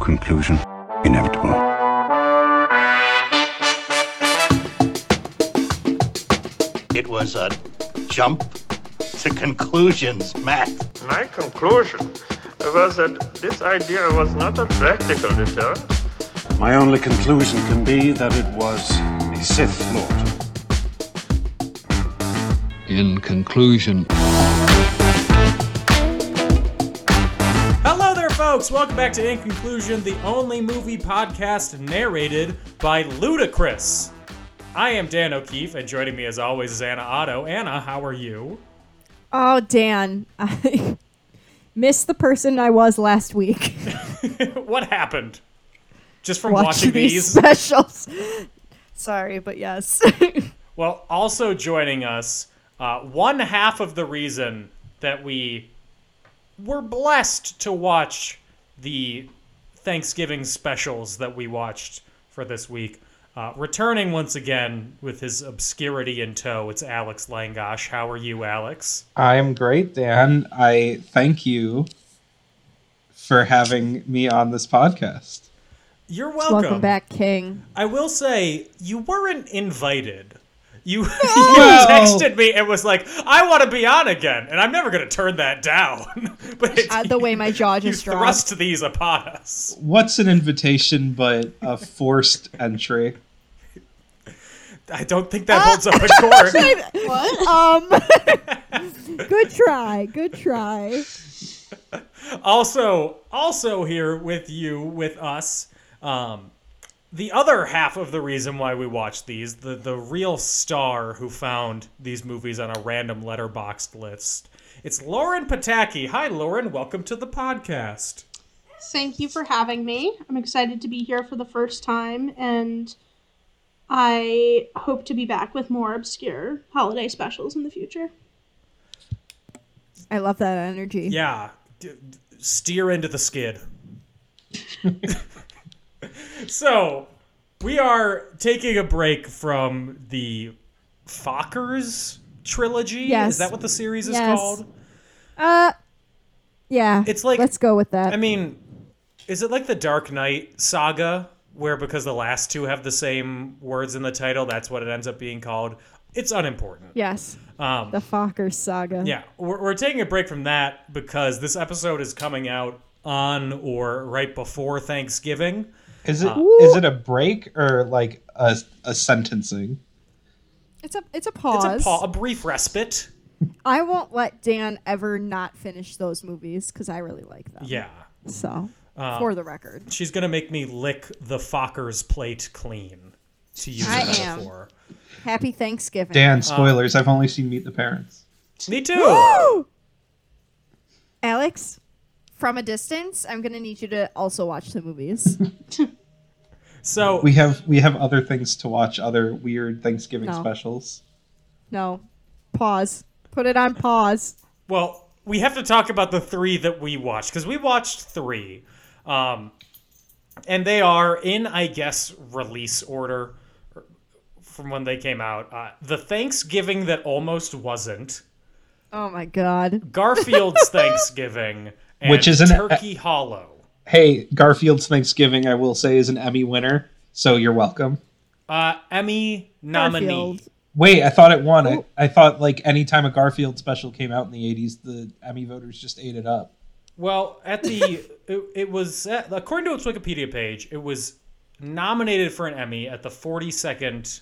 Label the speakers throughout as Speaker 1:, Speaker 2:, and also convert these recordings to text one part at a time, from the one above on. Speaker 1: Conclusion inevitable.
Speaker 2: It was a jump to conclusions, Matt.
Speaker 3: My conclusion was that this idea was not a practical deterrent.
Speaker 4: My only conclusion can be that it was a Sith Lord.
Speaker 5: In conclusion,
Speaker 6: Hello there, folks. Welcome back to In Conclusion, the only movie podcast narrated by Ludacris. I am Dan O'Keefe, and joining me as always is Anna Otto. Anna, how are you?
Speaker 7: Oh, Dan, I missed the person I was last week
Speaker 6: What happened? Just from
Speaker 7: watching,
Speaker 6: watching,
Speaker 7: these,
Speaker 6: these?
Speaker 7: specials. Sorry, but yes.
Speaker 6: Well, also joining us, uh, one half of the reason that we were blessed to watch the Thanksgiving specials that we watched for this week. Uh, returning once again with his obscurity in tow, it's Alex Langosh. How are you, Alex?
Speaker 8: I'm great, Dan. I thank you for having me on this podcast.
Speaker 6: You're
Speaker 7: Welcome. back, King.
Speaker 6: I will say you weren't invited. You, you texted me and was like, "I want to be on again," and I'm never going to turn that down. but
Speaker 7: Uh, the way my jaw
Speaker 6: you
Speaker 7: just dropped.
Speaker 6: thrust these upon us.
Speaker 8: What's an invitation but a forced entry?
Speaker 6: I don't think that holds up in court.
Speaker 7: Um, good try, good try.
Speaker 6: also, also here with you, with us, um, the other half of the reason why we watch these, the the real star who found these movies on a random letterboxed list, it's Lauren Pataki. Hi, Lauren. Welcome to the podcast.
Speaker 9: Thank you for having me. I'm excited to be here for the first time, and I hope to be back with more obscure holiday specials in the future.
Speaker 7: I love that energy.
Speaker 6: Yeah, d- d- steer into the skid. so, we are taking a break from the Fockers trilogy. Is
Speaker 7: Yes.
Speaker 6: that what the series is
Speaker 7: Yes.
Speaker 6: called?
Speaker 7: Uh, yeah.
Speaker 6: It's like-
Speaker 7: let's go with that.
Speaker 6: I mean, is it like the Dark Knight saga, where because the last two have the same words in the title, that's what it ends up being called? It's unimportant.
Speaker 7: yes.
Speaker 6: Um,
Speaker 7: the Fokker saga.
Speaker 6: Yeah, we're, we're taking a break from that because this episode is coming out on or right before Thanksgiving.
Speaker 8: Is it is it a break or like a, a sentencing?
Speaker 7: It's a it's a pause.
Speaker 6: It's a, pa- a brief respite.
Speaker 7: I won't let Dan ever not finish those movies because I really like them.
Speaker 6: Yeah.
Speaker 7: So, for the record,
Speaker 6: She's going to make me lick the Fokker's plate clean, to use
Speaker 7: I
Speaker 6: a
Speaker 7: am.
Speaker 6: metaphor.
Speaker 7: happy Thanksgiving.
Speaker 8: Dan, spoilers. I've only seen Meet the Parents.
Speaker 6: Me too.
Speaker 7: Alex, from a distance, I'm gonna need you to also watch the movies.
Speaker 6: so,
Speaker 8: We have we have other things to watch, other weird Thanksgiving
Speaker 7: No.
Speaker 8: specials.
Speaker 7: no, pause. Put it on pause.
Speaker 6: well, we have to talk about the three that we watched because we watched three. Um, and they are in, I guess, release order er, from when they came out. Uh, the Thanksgiving that almost wasn't.
Speaker 7: Oh my god.
Speaker 6: Garfield's Thanksgiving, and
Speaker 8: Which is an- uh,
Speaker 6: Turkey Hollow.
Speaker 8: Hey, Garfield's Thanksgiving, I will say, is an Emmy winner, so you're welcome.
Speaker 6: Uh, Emmy nominee.
Speaker 7: Garfield.
Speaker 8: Wait, I thought it won. I, I thought like any time a Garfield special came out in the '80s, the Emmy voters just ate it up.
Speaker 6: Well, at the it, it was at, according to its Wikipedia page, it was nominated for an Emmy at the 42nd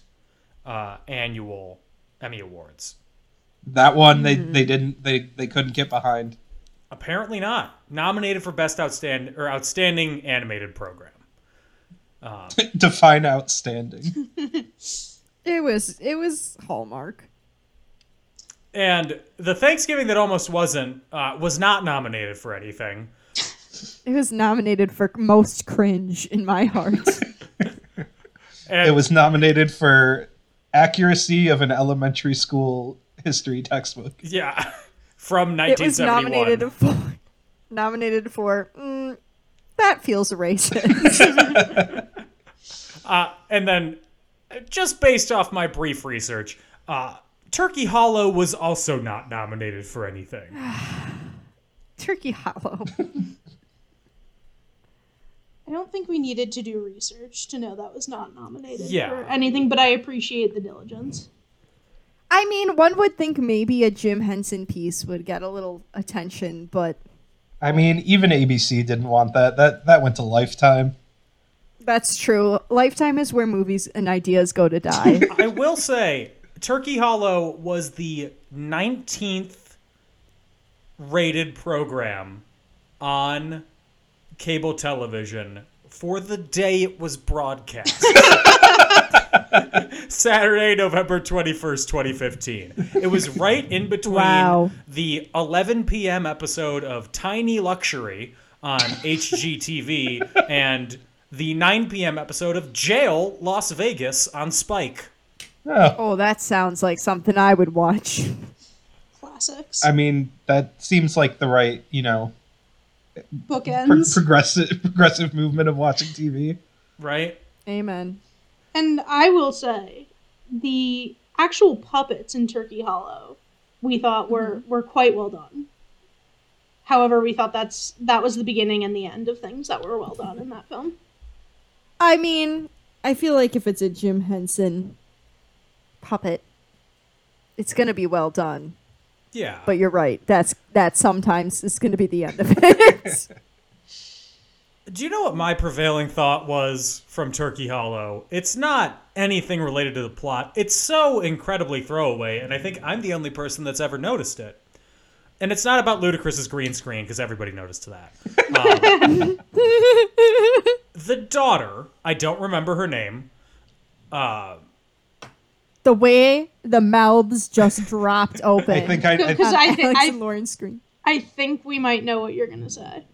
Speaker 6: uh, annual Emmy Awards.
Speaker 8: That one they they didn't they they couldn't get behind.
Speaker 6: Apparently not nominated for best outstanding or outstanding animated program.
Speaker 8: Define outstanding.
Speaker 7: It was it was Hallmark.
Speaker 6: And the Thanksgiving that almost wasn't uh, was not nominated for anything.
Speaker 7: It was nominated for most cringe in my heart.
Speaker 6: And
Speaker 8: it was nominated for accuracy of an elementary school history textbook.
Speaker 6: yeah, from
Speaker 7: it was
Speaker 6: 1971.
Speaker 7: nominated for nominated for mm, that feels racist.
Speaker 6: and then uh, just based off my brief research uh, turkey hollow was also not nominated for anything
Speaker 7: Turkey Hollow.
Speaker 9: I
Speaker 8: don't think we needed to do research to know that was not nominated
Speaker 6: Yeah.
Speaker 8: or anything, but I appreciate the diligence.
Speaker 7: I mean, one would think maybe a Jim Henson piece would get a little attention, but
Speaker 5: I mean, even ABC didn't want that. That that went to Lifetime.
Speaker 7: that's true. Lifetime is where movies and ideas go to die.
Speaker 6: I will say, Turkey Hollow was the 19th rated program on cable television for the day it was broadcast. Saturday, November 21st, 2015. It was right in between
Speaker 7: Wow.
Speaker 6: the 11 p.m. episode of Tiny Luxury on HGTV and the 9 p.m. episode of Jail Las Vegas on Spike.
Speaker 7: oh, that sounds like something I would watch.
Speaker 8: Classics,
Speaker 5: I mean, that seems like the right, you know, pro-
Speaker 8: bookends.
Speaker 5: progressive progressive movement of watching TV.
Speaker 6: right?
Speaker 7: Amen.
Speaker 8: And I will say, the actual puppets in Turkey Hollow, we thought were were quite well done. However, we thought that's that was the beginning and the end of things that were well done in that film.
Speaker 7: I mean, I feel like if it's a Jim Henson puppet, it's going to be well done.
Speaker 6: Yeah.
Speaker 7: But you're right. That's that sometimes is going to be the end of it.
Speaker 6: Do you know what my prevailing thought was from Turkey Hollow? It's not anything related to the plot. It's so incredibly throwaway, and I think I'm the only person that's ever noticed it. And it's not about Ludacris's green screen because everybody noticed that. Um, the daughter, I don't remember her name. Uh,
Speaker 7: the way the mouths just dropped open.
Speaker 5: I think I, I
Speaker 8: Because I, think
Speaker 7: Alex
Speaker 8: I,
Speaker 7: and Lauren scream.
Speaker 8: I think we might know what you're gonna say.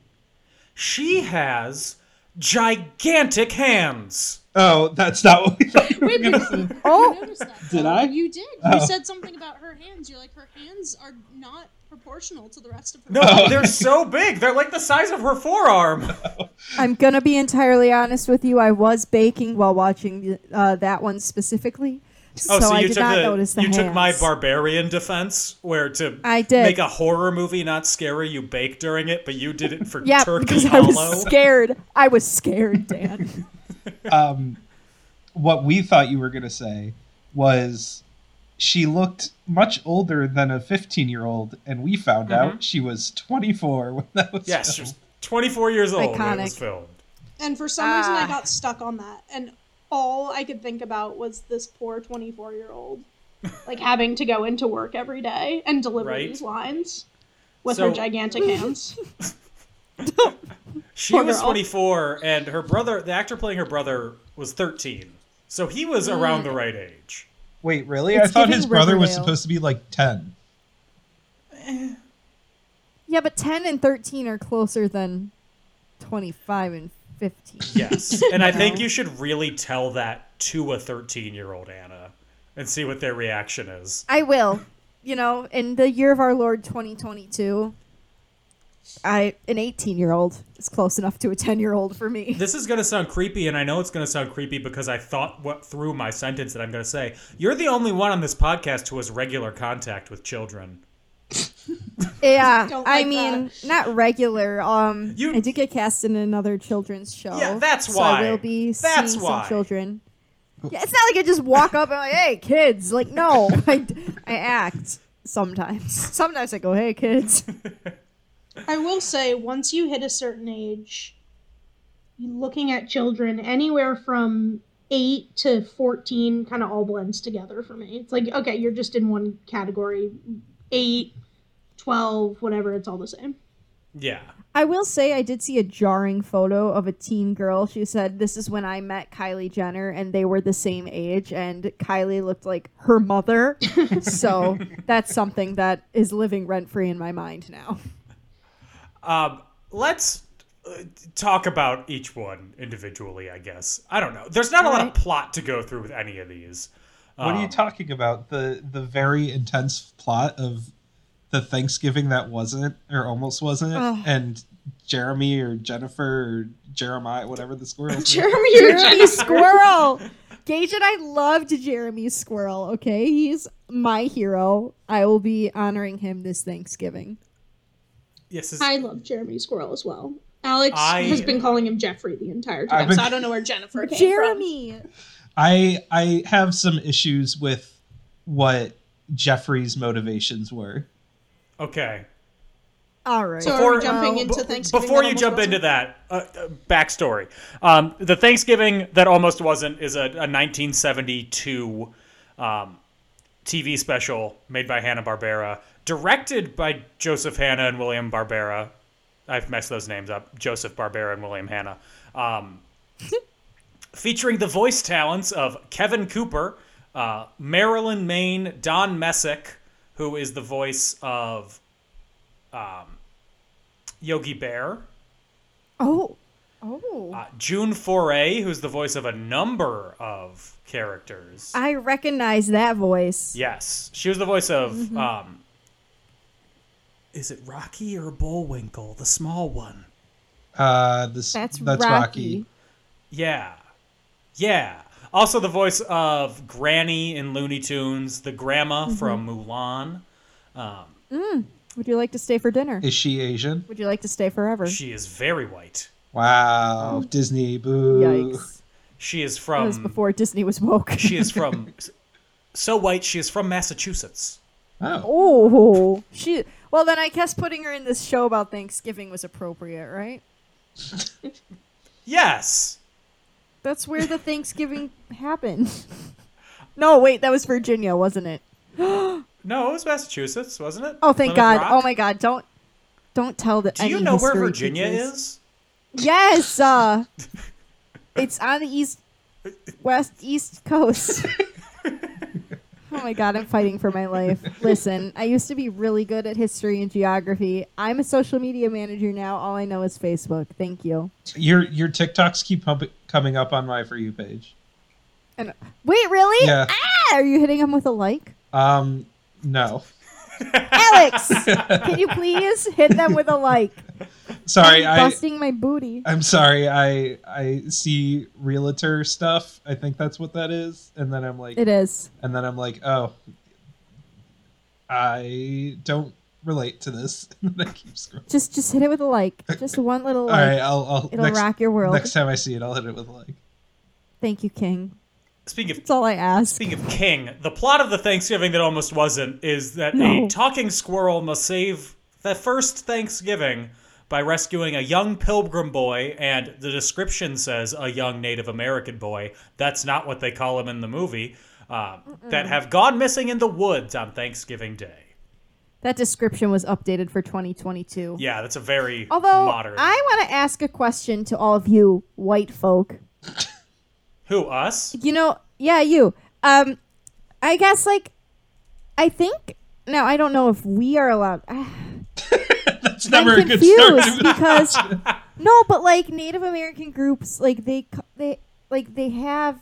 Speaker 6: she has gigantic hands.
Speaker 5: oh, that's not what we thought. you were
Speaker 10: Wait,
Speaker 5: gonna
Speaker 10: but-
Speaker 5: say.
Speaker 7: Oh.
Speaker 10: noticed that.
Speaker 5: Did I?
Speaker 10: You did.
Speaker 5: Oh.
Speaker 10: You said something about her hands. You're like, her hands are not proportional to the rest of her.
Speaker 6: No, they're so big. They're like the size of her forearm.
Speaker 7: I'm gonna be entirely honest with you. I was baking while watching uh, that one specifically,
Speaker 6: Oh, so,
Speaker 7: I
Speaker 6: you
Speaker 7: did
Speaker 6: took
Speaker 7: not
Speaker 6: the,
Speaker 7: notice the
Speaker 6: you took my
Speaker 7: hands.
Speaker 6: barbarian defense, where to
Speaker 7: I did.
Speaker 6: make a horror movie not scary, you bake during it, but you did it for
Speaker 7: Yeah,
Speaker 6: Turkey
Speaker 7: because I
Speaker 6: Hollow.
Speaker 7: was scared. I was scared, Dan.
Speaker 5: Um, what we thought you were gonna say was she looked much older than a 15 year old, and we found out she was 24 when that was.
Speaker 6: yes, she
Speaker 5: filmed.
Speaker 6: was 24 years old when it was
Speaker 7: Iconic.
Speaker 6: filmed.
Speaker 8: And for some reason,
Speaker 7: Ah.
Speaker 8: I got stuck on that, and all I could think about was this poor 24 year old, like having to go into work every day and deliver
Speaker 6: Right.
Speaker 8: these lines with
Speaker 6: So-
Speaker 8: her gigantic hands.
Speaker 6: She
Speaker 8: Poor
Speaker 6: was
Speaker 8: girl.
Speaker 6: 24, and her brother, the actor playing her brother, was 13. So he was
Speaker 7: Mm.
Speaker 6: around the right age.
Speaker 5: Wait, really? I
Speaker 7: It's
Speaker 5: thought
Speaker 7: giving
Speaker 5: his brother was
Speaker 7: Riverdale.
Speaker 5: supposed to be like 10.
Speaker 7: yeah, but ten and thirteen are closer than twenty-five and fifteen.
Speaker 6: Yes. And I think you should really tell that to a 13 year old Anna and see what their reaction is.
Speaker 7: I will. You know, in the year of our Lord 2022, I an 18-year-old is close enough to a 10-year-old for me.
Speaker 6: This is going to sound creepy, and I know it's going to sound creepy because I thought what through my sentence that I'm going to say. You're the only one on this podcast who has regular contact with children.
Speaker 7: Yeah,
Speaker 8: Don't
Speaker 7: I
Speaker 8: like
Speaker 7: mean, not regular. Um,
Speaker 6: You-
Speaker 7: I did get cast in another children's show.
Speaker 6: Yeah, that's
Speaker 7: so
Speaker 6: why.
Speaker 7: I will be
Speaker 6: That's
Speaker 7: seeing
Speaker 6: why.
Speaker 7: some children. Yeah, it's not like I just walk up and like, hey, kids. Like, no, I, I act sometimes. Sometimes I go, hey, kids.
Speaker 8: I will say, once you hit a certain age, looking at children anywhere from eight to 14 kind of all blends together for me. It's like, okay, you're just in one category, eight, 12, whatever, it's all the same.
Speaker 6: Yeah.
Speaker 7: I will say I did see a jarring photo of a teen girl. She said, "This is when I met Kylie Jenner, and they were the same age, and Kylie looked like her mother." so that's something that is living rent free in my mind now.
Speaker 6: Um, let's uh, talk about each one individually, I guess. I don't know. There's not a lot of
Speaker 7: Right.
Speaker 6: plot to go through with any of these.
Speaker 5: What are you
Speaker 6: Um,
Speaker 5: talking about? The the very intense plot of the Thanksgiving that wasn't or almost wasn't,
Speaker 7: Ugh.
Speaker 5: and Jeremy or Jennifer or Jeremiah, whatever the squirrel's name.
Speaker 8: Jeremy,
Speaker 7: Jeremy Squirrel. Gage and I loved Jeremy Squirrel. Okay, he's my hero. I will be honoring him this Thanksgiving.
Speaker 6: Yes, is,
Speaker 8: I love Jeremy Squirrel as well.
Speaker 11: Alex
Speaker 6: I-
Speaker 11: has been calling him Jeffrey the entire
Speaker 8: I've
Speaker 11: time,
Speaker 8: been-
Speaker 11: so I don't know where Jennifer came
Speaker 7: Jeremy.
Speaker 8: I I have some issues with what Jeffrey's motivations were.
Speaker 6: Okay.
Speaker 7: All right.
Speaker 11: So are we
Speaker 6: Before- uh,
Speaker 11: jumping
Speaker 7: Well,
Speaker 11: into
Speaker 6: B-
Speaker 11: Thanksgiving?
Speaker 6: Before
Speaker 11: that
Speaker 6: you
Speaker 11: almost
Speaker 6: jump
Speaker 11: wasn't?
Speaker 6: into that, uh, uh, backstory. Um, the Thanksgiving that almost wasn't is a, a 1972 um, TV special made by Hanna Barbera, directed by Joseph Hanna and William Barbera. I've messed those names up. Joseph Barbera and William Hanna. Um, featuring the voice talents of Kevin Cooper, uh, Marilyn Maine, Don Messick, who is the voice of Yogi Bear.
Speaker 7: Oh. Oh.
Speaker 6: Uh, June Foray, who's the voice of a number of characters.
Speaker 7: I recognize that voice.
Speaker 6: yes, she was the voice of.
Speaker 7: Mm-hmm.
Speaker 6: Um, is it Rocky or Bullwinkle, the small one?
Speaker 8: Uh, this
Speaker 7: That's,
Speaker 8: that's,
Speaker 7: Rocky.
Speaker 8: Rocky.
Speaker 6: Yeah, yeah. Also, the voice of Granny in Looney Tunes, the grandma
Speaker 7: Mm-hmm.
Speaker 6: from Mulan.
Speaker 7: Would you like to stay for dinner?
Speaker 8: Is she Asian?
Speaker 7: Would you like to stay forever?
Speaker 6: She is very white.
Speaker 8: Wow, Disney boo.
Speaker 7: Yikes.
Speaker 6: She is
Speaker 7: that was
Speaker 6: from.
Speaker 7: before Disney was woke.
Speaker 6: um, she is from. So white, she is from Massachusetts.
Speaker 8: Oh,
Speaker 7: oh. She. Well, then I guess putting her in this show about Thanksgiving was appropriate, right?
Speaker 6: Yes.
Speaker 7: That's where the Thanksgiving happened. no, wait, that was Virginia, wasn't it?
Speaker 6: No, it was Massachusetts, wasn't it?
Speaker 7: Oh, thank
Speaker 6: Plymouth
Speaker 7: God.
Speaker 6: Rock?
Speaker 7: Oh my God, don't don't tell the.
Speaker 6: Do you
Speaker 7: any
Speaker 6: know where
Speaker 7: history
Speaker 6: Virginia
Speaker 7: teachers.
Speaker 6: is?
Speaker 7: Yes, uh, it's on the east, west, east coast. oh my god, I'm fighting for my life. Listen, I used to be really good at history and geography. I'm a social media manager now. All I know is Facebook. Thank you.
Speaker 8: your your TikToks keep pump- coming up on my for you page.
Speaker 7: And wait, really?
Speaker 8: Yeah.
Speaker 7: Ah, are you hitting him with a like?
Speaker 8: Um, no,
Speaker 7: Alex, can you please hit them with a like?
Speaker 8: sorry,
Speaker 7: I'm
Speaker 8: I
Speaker 7: busting my booty.
Speaker 8: I'm sorry. I I see realtor stuff. I think that's what that is, and then I'm like,
Speaker 7: It is.
Speaker 8: and then I'm like, oh, I don't relate to this. and then I keep scrolling.
Speaker 7: Just just hit it with a like. Just one little
Speaker 8: All right,
Speaker 7: like.
Speaker 8: I'll, I'll
Speaker 7: It'll
Speaker 8: next,
Speaker 7: rock your world.
Speaker 8: next time I see it, I'll hit it with a like.
Speaker 7: Thank you, King.
Speaker 6: Speaking of
Speaker 7: That's all I ask.
Speaker 6: speaking of King, the plot of the Thanksgiving that almost wasn't is that
Speaker 7: No.
Speaker 6: a talking squirrel must save the first Thanksgiving by rescuing a young pilgrim boy, and the description says a young Native American boy. That's not what they call him in the movie. Uh, that have gone missing in the woods on Thanksgiving Day.
Speaker 7: That description was updated for 2022.
Speaker 6: Yeah, that's a very
Speaker 7: Although
Speaker 6: modern.
Speaker 7: I want to ask a question to all of you white folk.
Speaker 6: Who us?
Speaker 7: You know, yeah, you. Um, I guess like, I think now I don't know if we are allowed. ah,
Speaker 8: That's never
Speaker 7: I'm
Speaker 8: a good start.
Speaker 7: confused because no, but like Native American groups, like they c- they like they have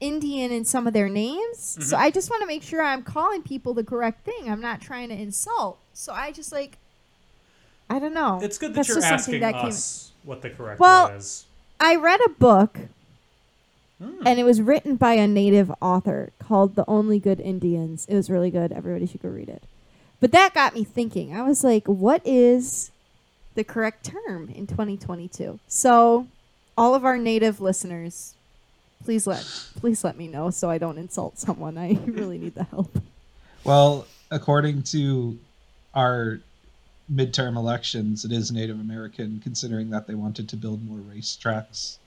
Speaker 7: Indian in some of their names. So
Speaker 6: Mm-hmm.
Speaker 7: I just want to make sure I'm calling people the correct thing. I'm not trying to insult. So I just like I don't know.
Speaker 6: It's good that
Speaker 7: That's
Speaker 6: you're
Speaker 7: just
Speaker 6: asking
Speaker 7: something that came-
Speaker 6: us what the correct
Speaker 7: Well,
Speaker 6: one is.
Speaker 7: I read a book, and it was written by a native author called The Only Good Indians. It was really good. Everybody should go read it. But that got me thinking. I was like, what is the correct term in 2022? So, all of our native listeners, please let please let me know so I don't insult someone. I really need the help.
Speaker 8: Well, according to our midterm elections, it is Native American, considering that they wanted to build more racetracks.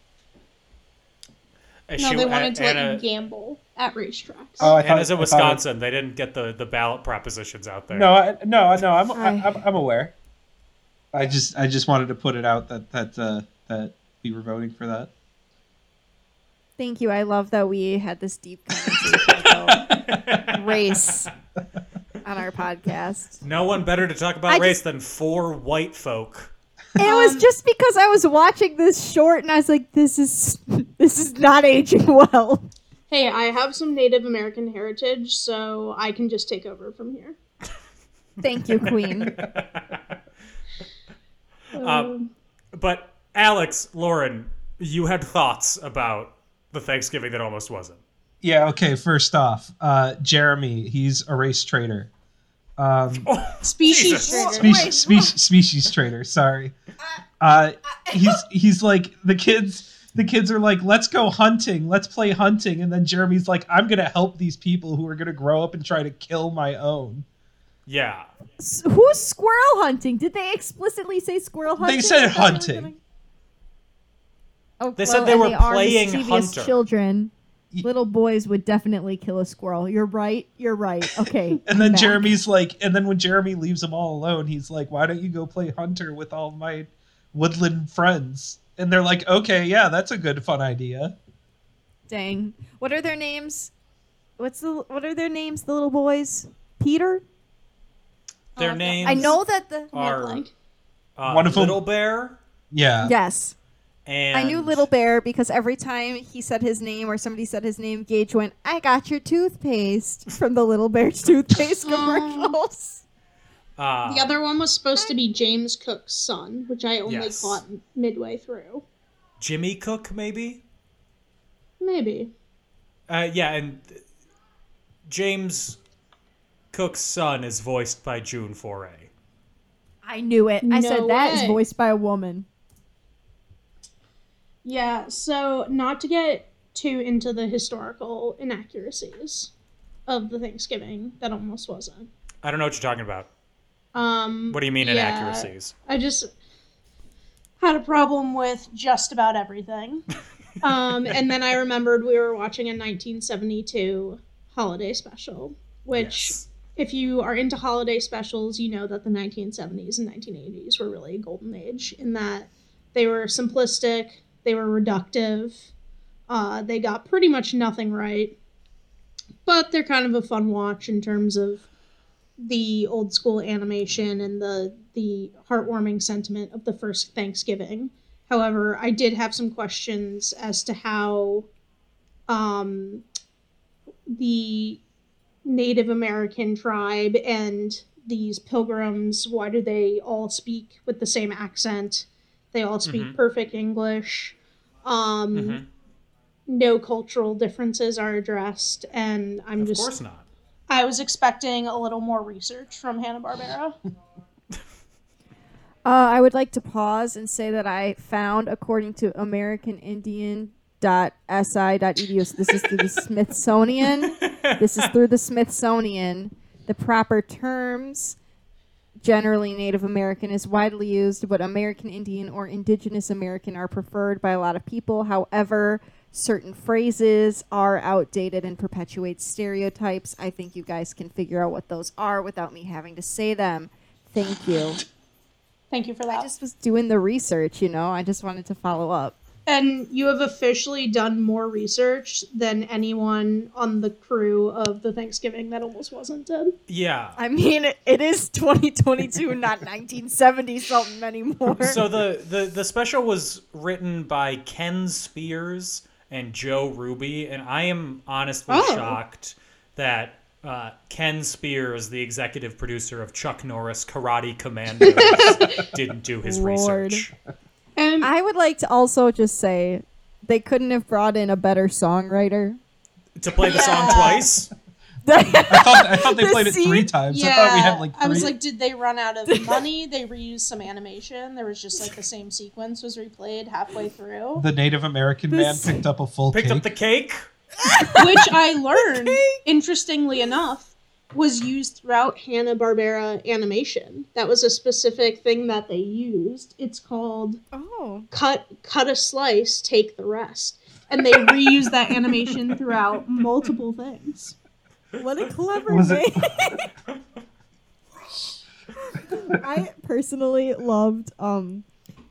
Speaker 11: No, they
Speaker 6: Issue-
Speaker 11: wanted to
Speaker 6: Anna-
Speaker 11: like gamble at racetracks.
Speaker 8: Oh, I
Speaker 6: and as a Wisconsin, they didn't get the, the ballot propositions out there.
Speaker 8: no, I, no, no. I'm, I,
Speaker 7: Hi.
Speaker 8: I'm, I'm aware. I just, I just wanted to put it out that that uh, that we were voting for that.
Speaker 7: Thank you. I love that we had this deep conversation about race on our podcast.
Speaker 6: No one better to talk about
Speaker 7: I
Speaker 6: race than four white folk.
Speaker 7: And it
Speaker 11: Um,
Speaker 7: was just because I was watching this short and I was like, this is this is not aging well.
Speaker 11: Hey, I have some Native American heritage, so I can just take over from here.
Speaker 7: Thank you, Queen.
Speaker 11: Um,
Speaker 6: Uh, But Alex, Lauren, you had thoughts about the Thanksgiving that almost wasn't.
Speaker 8: Yeah. Okay. First off, uh, Jeremy, he's a race traitor. Um,
Speaker 11: species
Speaker 6: Jesus.
Speaker 11: traitor.
Speaker 8: species, species, species traitor. Sorry.
Speaker 5: Uh, he's he's like the kids. The kids are like, "Let's go hunting. Let's play hunting." And then Jeremy's like, "I'm gonna help these people who are gonna grow up and try to kill my own."
Speaker 6: Yeah.
Speaker 7: S- Who's squirrel hunting? Did they explicitly say squirrel hunting?
Speaker 5: They said
Speaker 7: Is that what was
Speaker 5: hunting.
Speaker 7: going- Oh,
Speaker 6: They said
Speaker 7: well,
Speaker 6: they
Speaker 7: and
Speaker 6: were
Speaker 7: are
Speaker 6: playing
Speaker 7: mischievous
Speaker 6: hunter.
Speaker 7: children.
Speaker 5: Ye-
Speaker 7: Little boys would definitely kill a squirrel. You're right. You're right. Okay. I'm
Speaker 5: And then
Speaker 7: back.
Speaker 5: Jeremy's like, and then when Jeremy leaves them all alone, he's like, "Why don't you go play hunter with all my woodland friends?" And they're like, "Okay, yeah, that's a good fun idea."
Speaker 7: Dang. What are their names? What's the what are their names? The little boys. Peter.
Speaker 6: Their
Speaker 10: I've got-
Speaker 6: names
Speaker 7: Uh, I know that the.
Speaker 6: are uh,
Speaker 5: One of 'em-
Speaker 6: Little Bear
Speaker 5: Yeah,
Speaker 7: Yes.
Speaker 6: and
Speaker 7: I knew Little Bear because every time he said his name or somebody said his name, Gage went, I got your toothpaste from the Little Bear's toothpaste commercials.
Speaker 6: Uh,
Speaker 8: The other one was supposed to be James Cook's son, which I only
Speaker 6: Yes.
Speaker 8: caught midway through.
Speaker 6: Jimmy Cook, maybe.
Speaker 8: Maybe.
Speaker 6: Uh, yeah, and uh, James Cook's son is voiced by June Foray.
Speaker 7: I knew it. I
Speaker 8: No
Speaker 7: said that is
Speaker 8: way.
Speaker 7: voiced by a woman.
Speaker 8: Yeah, so not to get too into the historical inaccuracies of the Thanksgiving that almost wasn't.
Speaker 6: I don't know what you're talking about.
Speaker 8: Um
Speaker 6: What do you mean
Speaker 8: yeah,
Speaker 6: inaccuracies?
Speaker 8: I just had a problem with just about everything. um, and then I remembered we were watching a 1972 holiday special, which,
Speaker 6: Yes.
Speaker 8: if you are into holiday specials, you know that the 1970s and 1980s were really a golden age in that they were simplistic, they were reductive, uh, they got pretty much nothing right. But they're kind of a fun watch in terms of the old school animation and the the heartwarming sentiment of the first Thanksgiving. However, I did have some questions as to how um, the Native American tribe and these pilgrims, why do they all speak with the same accent? They all speak perfect English. Um,
Speaker 6: Mhm.
Speaker 8: No cultural differences are addressed, and I'm
Speaker 6: Of
Speaker 8: just
Speaker 6: course not.
Speaker 8: I was expecting a little more research from Hanna Barbera.
Speaker 7: Uh, I would like to pause and say that I found, according to AmericanIndian.si.edu, so E this is through the Smithsonian. This is through the Smithsonian. The proper terms, generally Native American is widely used, but American Indian or Indigenous American are preferred by a lot of people. However, certain phrases are outdated and perpetuate stereotypes. I think you guys can figure out what those are without me having to say them. Thank you.
Speaker 8: Thank you for
Speaker 7: I
Speaker 8: that.
Speaker 7: just was doing the research, you know. I just wanted to follow up.
Speaker 8: and you have officially done more research than anyone on the crew of the Thanksgiving that almost wasn't did.
Speaker 6: Yeah.
Speaker 7: I mean, it- it is 2022, not 1970 something anymore.
Speaker 6: so the, the the special was written by Ken Spears and Joe Ruby, and I am honestly
Speaker 8: Oh.
Speaker 6: shocked that uh, Ken Spears, the executive producer of Chuck Norris Karate Commando, didn't do his
Speaker 7: Lord.
Speaker 6: research.
Speaker 8: And
Speaker 7: I would like to also just say they couldn't have brought in a better songwriter.
Speaker 6: To play the song twice?
Speaker 5: I thought I thought they
Speaker 7: The
Speaker 5: played it three
Speaker 7: scene-
Speaker 5: times.
Speaker 8: yeah,
Speaker 5: I thought we had like three.
Speaker 8: I was like, did they run out of money? They reused some animation. There was just like the same sequence was replayed halfway through,
Speaker 5: the Native American man
Speaker 7: This-
Speaker 5: picked up a full
Speaker 6: Picked
Speaker 5: cake.
Speaker 6: up the cake?
Speaker 8: which I learned, interestingly enough, was used throughout Hanna Barbera animation. That was a specific thing that they used. It's called
Speaker 7: Oh,
Speaker 8: cut cut a slice, take the rest. And they reuse that animation throughout multiple things.
Speaker 7: what a clever
Speaker 5: Was
Speaker 7: name.
Speaker 5: it-
Speaker 7: I personally loved um,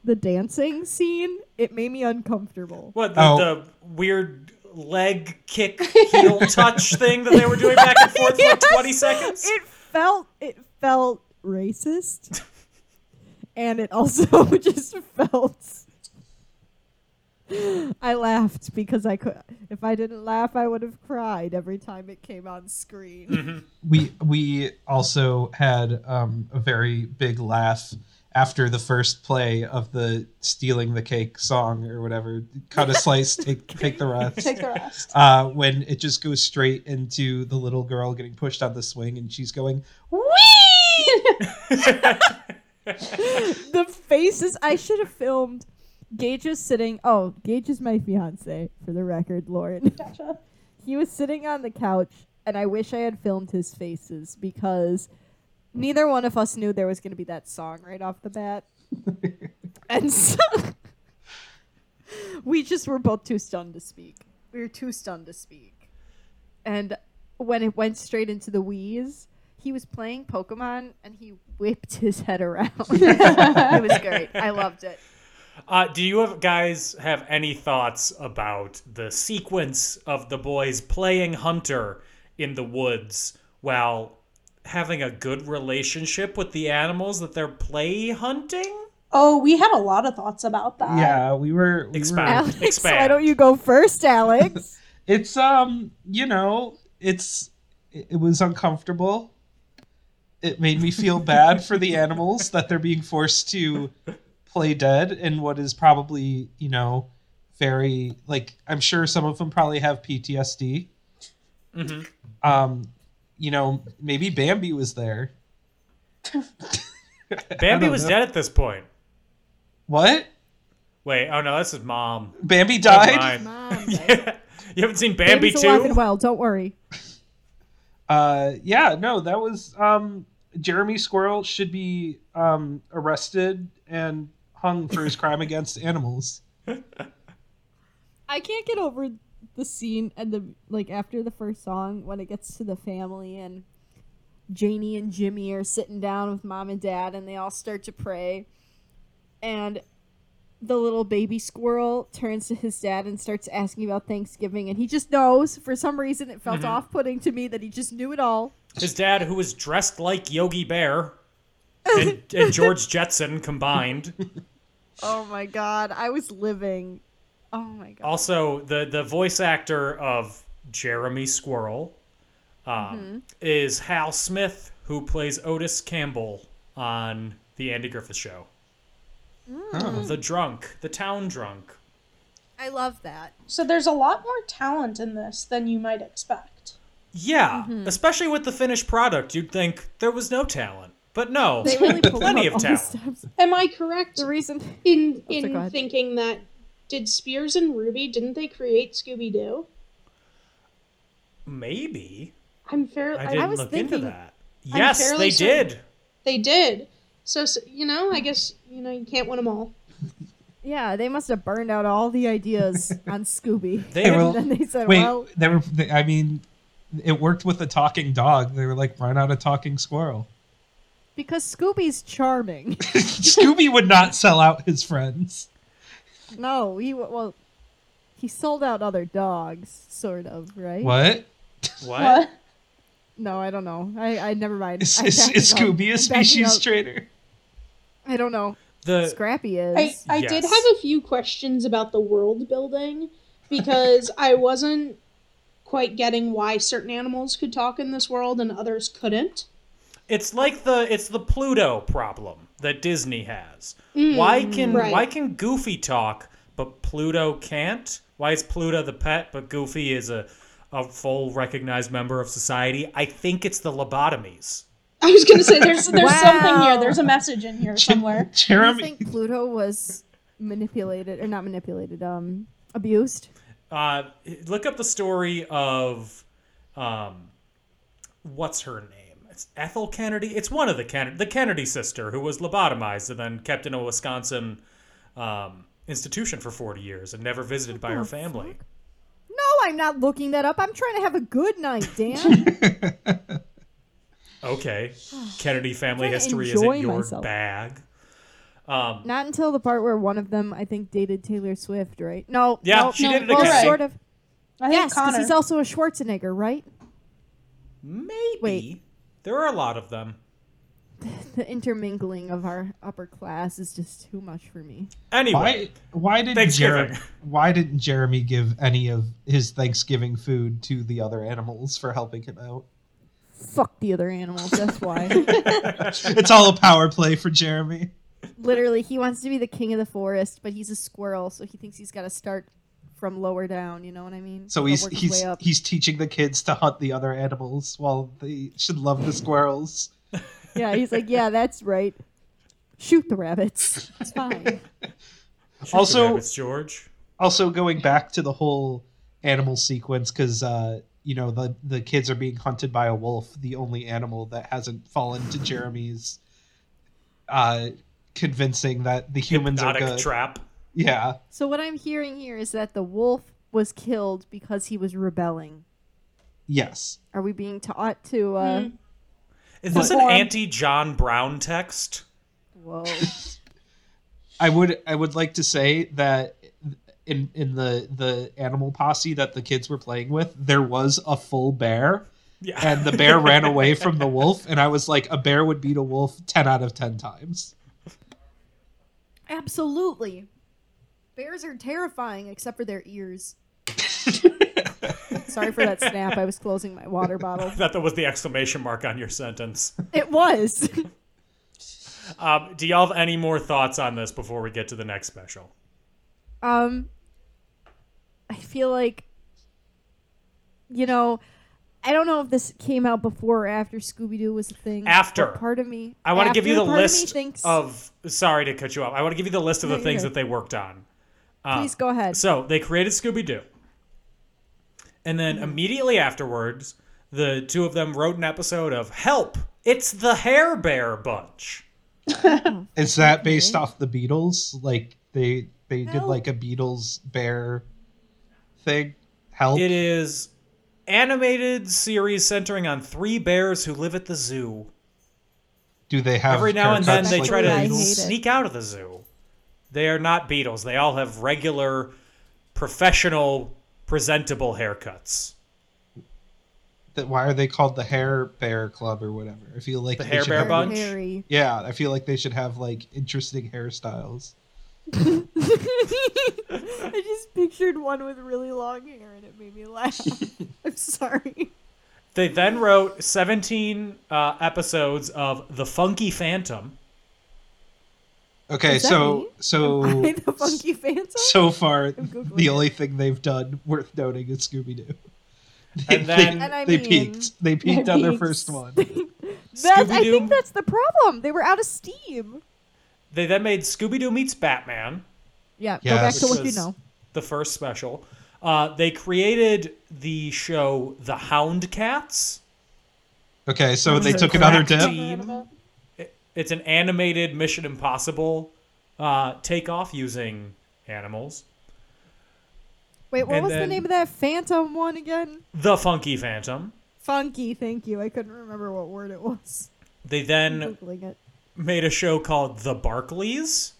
Speaker 7: the dancing scene. It made me uncomfortable.
Speaker 6: What, the,
Speaker 5: Oh.
Speaker 6: the weird leg kick heel touch thing that they were doing back and forth for like 20 seconds?
Speaker 7: It felt it felt racist, and it also just felt. I laughed because I could. If I didn't laugh, I would have cried every time it came on screen.
Speaker 5: we we also had um, a very big laugh after the first play of the stealing the cake song or whatever cut a slice take take the rest
Speaker 8: Take the rest.
Speaker 5: uh, when it just goes straight into the little girl getting pushed on the swing and she's going
Speaker 8: Whee!
Speaker 7: the faces I should have filmed. Gage is sitting. Oh, Gage is my fiance, for the record, Lauren. he was sitting on the couch, and I wish I had filmed his faces because neither one of us knew there was going to be that song right off the bat, and so we just were both too stunned to speak. We were too stunned to speak, and when it went straight into the wheeze, he was playing Pokemon and he whipped his head around. it was great. I loved it.
Speaker 6: Uh, do you have, guys have any thoughts about the sequence of the boys playing hunter in the woods while having a good relationship with the animals that they're play hunting?
Speaker 8: Oh, we had a lot of thoughts about that.
Speaker 5: yeah, we were. We were
Speaker 6: Expound.
Speaker 7: Alex,
Speaker 6: Expand.
Speaker 7: why don't you go first, Alex?
Speaker 5: it's um, you know, it's it it was uncomfortable. It made me feel bad for the animals that they're being forced to play dead in what is probably, you know, very like I'm sure some of them probably have PTSD.
Speaker 6: Mhm.
Speaker 5: Um, you know, maybe Bambi was there.
Speaker 6: Bambi
Speaker 5: don't
Speaker 6: was
Speaker 5: know.
Speaker 6: dead at this point.
Speaker 5: What?
Speaker 6: Wait, oh no, that's his mom.
Speaker 5: Bambi
Speaker 6: Never
Speaker 5: died.
Speaker 6: mind.
Speaker 7: Mom,
Speaker 6: Yeah. You haven't seen Bambi
Speaker 7: Baby's alive and
Speaker 6: too?
Speaker 7: well. Don't worry.
Speaker 5: uh yeah no that was um jeremy squirrel should be um arrested and hung for his crime against animals
Speaker 7: I can't get over the scene and the like after the first song when it gets to the family and Janie and Jimmy are sitting down with mom and dad and they all start to pray and the little baby squirrel turns to his dad and starts asking about Thanksgiving and he just knows for some reason it felt
Speaker 6: Mm-hmm.
Speaker 7: off-putting to me that he just knew it all.
Speaker 6: His dad, who was dressed like Yogi Bear and, and George Jetson combined.
Speaker 7: Oh my god, I was living. Oh my god.
Speaker 6: Also, the the voice actor of Jeremy Squirrel um,
Speaker 7: Mm-hmm.
Speaker 6: is Hal Smith, who plays Otis Campbell on the Andy Griffith Show.
Speaker 7: Mm.
Speaker 6: The drunk, the town drunk.
Speaker 7: I love that.
Speaker 8: So there's a lot more talent in this than you might expect.
Speaker 6: Yeah,
Speaker 7: Mm-hmm.
Speaker 6: especially with the finished product, you'd think there was no talent, but no,
Speaker 7: They really pulled
Speaker 6: plenty
Speaker 7: out
Speaker 6: of
Speaker 7: all the
Speaker 6: talent.
Speaker 7: stops.
Speaker 8: Am I correct
Speaker 7: The reason
Speaker 8: in
Speaker 7: sorry, go
Speaker 8: in
Speaker 7: ahead.
Speaker 8: thinking that did Spears and Ruby didn't they create Scooby Doo?
Speaker 6: Maybe
Speaker 8: I'm fair.
Speaker 6: I
Speaker 8: I-
Speaker 6: didn't
Speaker 7: was
Speaker 6: look into
Speaker 7: thinking-
Speaker 6: that. Yes,
Speaker 8: fairly
Speaker 6: they
Speaker 8: certain-
Speaker 6: did.
Speaker 8: they did. So, so you know, I guess you know you can't win them all.
Speaker 7: Yeah, they must have burned out all the ideas on Scooby.
Speaker 6: They
Speaker 5: Hey,
Speaker 6: had-
Speaker 5: well-
Speaker 7: and then they said,
Speaker 5: wait
Speaker 7: "Well,
Speaker 5: they were they, i mean it worked with a talking dog they were like run out a talking squirrel
Speaker 7: because Scooby's charming."
Speaker 5: scooby would not sell out his friends
Speaker 7: no, he w- well, he sold out other dogs, sort of, right?
Speaker 5: what
Speaker 6: what?
Speaker 7: No, I don't know. I, I never mind.
Speaker 5: is,
Speaker 7: I'm
Speaker 5: is,
Speaker 7: backing
Speaker 5: is
Speaker 7: up.
Speaker 5: scooby
Speaker 7: I'm
Speaker 5: a
Speaker 7: backing
Speaker 5: species
Speaker 7: up.
Speaker 5: traitor
Speaker 7: I don't know.
Speaker 6: The
Speaker 7: Scrappy is.
Speaker 8: I, I did
Speaker 6: Yes.
Speaker 8: have a few questions about the world building because I wasn't quite getting why certain animals could talk in this world and others couldn't.
Speaker 6: It's like the it's the Pluto problem that Disney has. why
Speaker 7: Mm,
Speaker 6: can
Speaker 8: right.
Speaker 6: why can Goofy talk but Pluto can't? Why is Pluto the pet but Goofy is a a full recognized member of society? I think it's the lobotomies.
Speaker 8: I was gonna say there's there's something
Speaker 7: Wow.
Speaker 8: here. There's a message in here somewhere.
Speaker 7: Do you
Speaker 5: jeremy
Speaker 7: think Pluto was manipulated or not manipulated? Um, abused.
Speaker 6: Uh, look up the story of um, what's her name? It's Ethel Kennedy. It's one of the Kennedy, the Kennedy sister who was lobotomized and then kept in a Wisconsin um, institution for forty years and never visited by her family.
Speaker 7: No, I'm not looking that up. I'm trying to have a good night, Dan.
Speaker 6: Okay. Kennedy family
Speaker 7: Kinda
Speaker 6: history
Speaker 7: enjoy
Speaker 6: isn't your
Speaker 7: myself.
Speaker 6: bag. Um,
Speaker 7: not until the part where one of them, I think, dated Taylor Swift, right? No.
Speaker 6: Yeah,
Speaker 7: no,
Speaker 6: she
Speaker 7: no,
Speaker 6: did it
Speaker 7: well,
Speaker 8: again.
Speaker 7: Sort of.
Speaker 8: I think
Speaker 7: Yes, because
Speaker 8: Connor.
Speaker 7: he's also a Schwarzenegger, right?
Speaker 6: Maybe.
Speaker 7: Wait.
Speaker 6: There are a lot of them.
Speaker 7: The intermingling of our upper class is just too much for me.
Speaker 6: Anyway,
Speaker 5: Why? Why did
Speaker 6: Thanksgiving.
Speaker 5: Jeremy? Why didn't Jeremy give any of his Thanksgiving food to the other animals for helping him out?
Speaker 7: Fuck the other animals, that's why.
Speaker 5: It's all a power play for Jeremy.
Speaker 7: Literally, he wants to be the king of the forest, but he's a squirrel, so he thinks he's got to start from lower down, you know what I mean?
Speaker 5: So
Speaker 7: Gotta
Speaker 5: he's
Speaker 7: work his
Speaker 5: he's
Speaker 7: way up.
Speaker 5: he's teaching the kids to hunt the other animals while they should love the squirrels.
Speaker 7: Yeah, he's like, yeah, that's right. Shoot the rabbits. It's fine.
Speaker 6: Shoot the
Speaker 5: Also-
Speaker 6: rabbits, George.
Speaker 5: also going back to the whole animal sequence because uh you know the the kids are being hunted by a wolf the only animal that hasn't fallen to jeremy's uh convincing that the humans are
Speaker 6: Hypnotic
Speaker 5: good
Speaker 6: trap.
Speaker 5: yeah
Speaker 7: so what I'm hearing here is that the wolf was killed because he was rebelling.
Speaker 5: yes
Speaker 7: Are we being taught to? uh
Speaker 6: Is this an
Speaker 7: Form.
Speaker 6: anti John Brown text?
Speaker 7: Whoa.
Speaker 5: i would i would like to say that in in the the animal posse that the kids were playing with there was a full bear
Speaker 6: Yeah.
Speaker 5: and the bear ran away from the wolf and i was like a bear would beat a wolf 10 out of 10 times
Speaker 7: Absolutely. Bears are terrifying except for their ears. Sorry for that snap. I was closing my water bottle.
Speaker 6: I thought that was the exclamation mark on your sentence.
Speaker 7: It was.
Speaker 6: Um, do y'all have any more thoughts on this before we get to the next special?
Speaker 7: Um, I feel like, you know, I don't know if this came out before or after Scooby Doo was a thing.
Speaker 6: After.
Speaker 7: but part of me,
Speaker 6: I want to give
Speaker 7: after,
Speaker 6: you the
Speaker 7: part of me
Speaker 6: list
Speaker 7: thinks-
Speaker 6: of. Sorry to cut you off. I want to give you the list of
Speaker 7: No,
Speaker 6: the
Speaker 7: you're
Speaker 6: things
Speaker 7: good.
Speaker 6: that they worked on.
Speaker 7: Please go ahead.
Speaker 6: So they created Scooby Doo. And then
Speaker 7: Mm-hmm.
Speaker 6: immediately afterwards, the two of them wrote an episode of Help! It's the Hair Bear Bunch.
Speaker 5: Is that based off the Beatles? Like they they did
Speaker 7: Help.
Speaker 5: like a Beatles bear thing? Help.
Speaker 6: It is animated series centering on three bears who live at the zoo.
Speaker 5: Do they have
Speaker 6: Every now and then
Speaker 5: haircuts
Speaker 6: they
Speaker 5: like
Speaker 6: try
Speaker 7: I
Speaker 6: to
Speaker 7: hate it.
Speaker 5: Beatles?
Speaker 6: sneak out of the zoo. They are not beetles. They all have regular, professional, presentable haircuts.
Speaker 5: That- Why are they called the Hair Bear Club or whatever? I feel like
Speaker 6: The
Speaker 5: they
Speaker 6: Hair
Speaker 5: should
Speaker 6: Bear
Speaker 5: have,
Speaker 6: Bunch?
Speaker 7: Harry.
Speaker 5: Yeah, I feel like they should have like interesting hairstyles.
Speaker 7: I just pictured one with really long hair and it made me laugh. I'm sorry.
Speaker 6: They then wrote 17 uh, episodes of The Funky Phantom.
Speaker 5: Okay,
Speaker 7: Is that
Speaker 5: so
Speaker 7: me?
Speaker 5: so
Speaker 7: I the funky phantom.
Speaker 5: so far
Speaker 7: Googling
Speaker 5: the
Speaker 7: it.
Speaker 5: only thing they've done worth noting is Scooby Doo. They,
Speaker 6: And then-
Speaker 7: And I
Speaker 5: they
Speaker 7: mean-
Speaker 5: peaked. They peaked on their
Speaker 7: peaked.
Speaker 5: first one.
Speaker 7: That's, I
Speaker 6: Scooby-Doo.
Speaker 7: think that's the problem. They were out of steam.
Speaker 6: They then made Scooby Doo Meets Batman,
Speaker 7: Yeah,
Speaker 5: Yes.
Speaker 7: go
Speaker 6: Which
Speaker 7: back to what you
Speaker 6: was-
Speaker 7: know.
Speaker 6: the first special. Uh, they created the show The Hound Cats.
Speaker 5: Okay, so they
Speaker 6: a
Speaker 5: took another
Speaker 6: crack
Speaker 5: dip.
Speaker 6: team. It- It's an animated Mission Impossible uh, takeoff using animals.
Speaker 7: Wait, what
Speaker 6: And
Speaker 7: was the
Speaker 6: then-
Speaker 7: name of that phantom one again?
Speaker 6: The Funky Phantom.
Speaker 7: Funky, thank you. I couldn't remember what word it was.
Speaker 6: They then
Speaker 7: Googling it.
Speaker 6: made a show called The Barclays,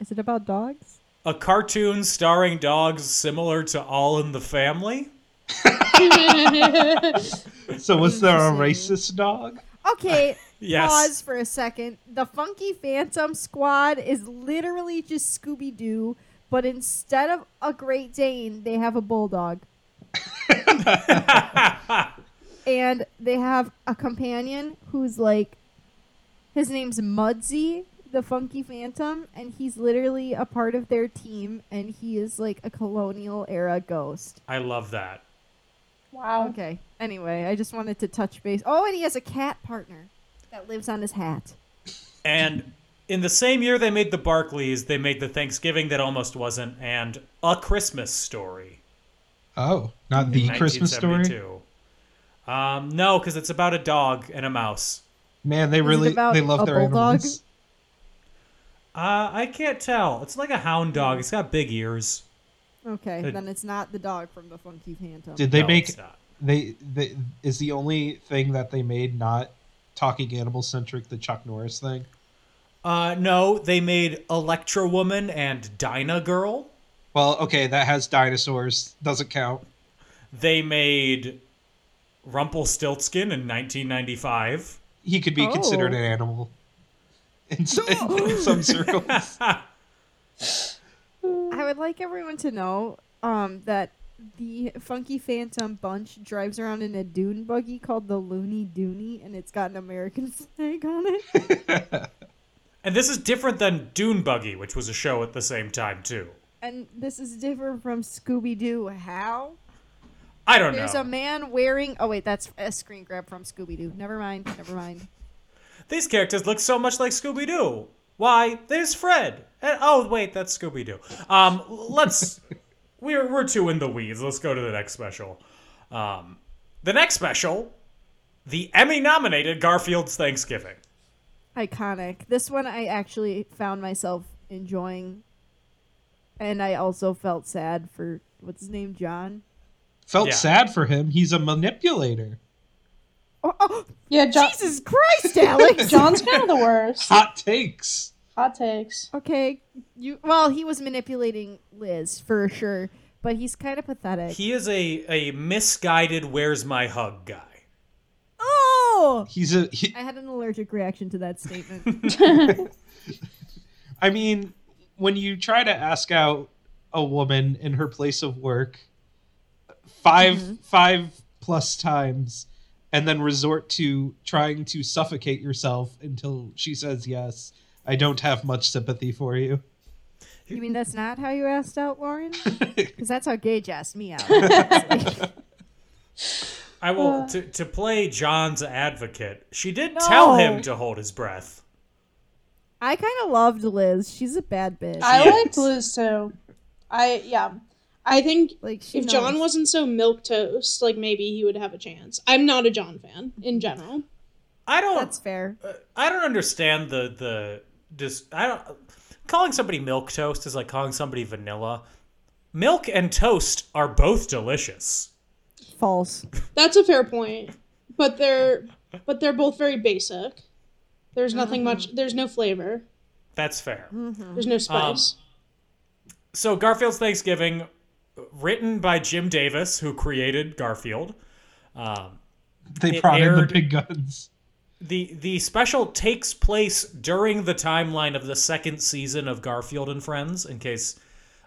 Speaker 7: Is it about dogs?
Speaker 6: a cartoon starring dogs similar to All in the Family.
Speaker 5: So was there a racist dog?
Speaker 7: Okay,
Speaker 6: Yes.
Speaker 7: pause for a second. The Funky Phantom Squad is literally just Scooby Doo, but instead of a Great Dane, they have a bulldog. and they have a companion who's like, his name's Mudsy, the Funky Phantom, and he's literally a part of their team, and he is like a colonial era ghost.
Speaker 6: I love that.
Speaker 8: Wow.
Speaker 7: Okay. Anyway, I just wanted to touch base. Oh, and he has a cat partner that lives on his hat.
Speaker 6: And in the same year they made The Barclays, they made The Thanksgiving That Almost Wasn't and A Christmas Story.
Speaker 5: Oh, not the Christmas story.
Speaker 6: 1972. Um, no, because it's about a dog and a mouse.
Speaker 5: Man, they really
Speaker 7: about
Speaker 5: they love
Speaker 7: a
Speaker 5: their
Speaker 7: bulldog?
Speaker 5: animals.
Speaker 6: Uh, I can't tell. It's like a hound dog. It's got big ears.
Speaker 7: Okay,
Speaker 6: Uh,
Speaker 7: then it's not the dog from the Funky Phantom.
Speaker 5: Did they
Speaker 6: No,
Speaker 5: make
Speaker 6: it's not.
Speaker 5: they, they is the only thing that they made not talking animal centric the Chuck Norris thing?
Speaker 6: Uh, no, they made Electra Woman and Dinah Girl.
Speaker 5: Well, okay, that has dinosaurs. Doesn't count.
Speaker 6: They made Rumpelstiltskin in 1995.
Speaker 5: He could be considered
Speaker 7: Oh.
Speaker 5: an animal. In, s- in some circles.
Speaker 7: I would like everyone to know um, that the Funky Phantom bunch drives around in a dune buggy called the Looney Dooney, and it's got an American flag on it.
Speaker 6: And this is different than Dune Buggy, which was a show at the same time too.
Speaker 7: and this is different from Scooby Doo. How?
Speaker 6: I don't
Speaker 7: There's
Speaker 6: know.
Speaker 7: a man wearing. Oh wait, that's a screen grab from Scooby Doo. Never mind. Never mind.
Speaker 6: These characters look so much like Scooby Doo. Why? There's Fred. And, oh wait, that's Scooby Doo. Um, let's we're we're two in the weeds. Let's go to the next special. Um, the next special, the Emmy nominated Garfield's Thanksgiving.
Speaker 7: Iconic. This one I actually found myself enjoying, and I also felt sad for what's his name, John.
Speaker 5: Felt
Speaker 6: Yeah.
Speaker 5: sad for him. He's a manipulator.
Speaker 7: Oh, oh
Speaker 8: Yeah, John,
Speaker 7: Jesus Christ, Alex!
Speaker 8: John's kind of the worst.
Speaker 5: Hot takes.
Speaker 8: Hot takes.
Speaker 7: okay, you. Well, he was manipulating Liz for sure, but he's kind of pathetic.
Speaker 6: He is a a misguided "Where's my hug" guy.
Speaker 7: oh,
Speaker 5: He's a. He,
Speaker 7: I had an allergic reaction to that statement.
Speaker 5: I mean, when you try to ask out a woman in her place of work 5
Speaker 7: Mm-hmm.
Speaker 5: five plus times and then resort to trying to suffocate yourself until she says yes, I don't have much sympathy for you.
Speaker 7: you mean that's not how you asked out, Lauren? Because that's how Gage asked me out.
Speaker 6: I will to to play John's advocate. She did tell him to hold his breath.
Speaker 7: I kind of loved Liz. She's a bad bitch.
Speaker 8: I
Speaker 6: Yes.
Speaker 8: liked Liz too. I yeah. I think
Speaker 7: like she
Speaker 8: if
Speaker 7: knows.
Speaker 8: John wasn't so milk toast, like maybe he would have a chance. I'm not a John fan in general.
Speaker 6: I don't.
Speaker 7: that's fair.
Speaker 6: I don't understand the the just I don't calling somebody milk toast is like calling somebody vanilla. Milk and toast are both delicious.
Speaker 7: False.
Speaker 8: That's a fair point, but they're but they're both very basic. There's nothing much. There's no flavor.
Speaker 6: That's fair.
Speaker 8: There's
Speaker 5: Um,
Speaker 8: no spice.
Speaker 6: So Garfield's Thanksgiving, written by Jim Davis, who created Garfield. Um,
Speaker 5: They
Speaker 6: It
Speaker 5: brought in the
Speaker 6: aired-
Speaker 5: big guns.
Speaker 6: the the special takes place during the timeline of the second season of Garfield and Friends. In case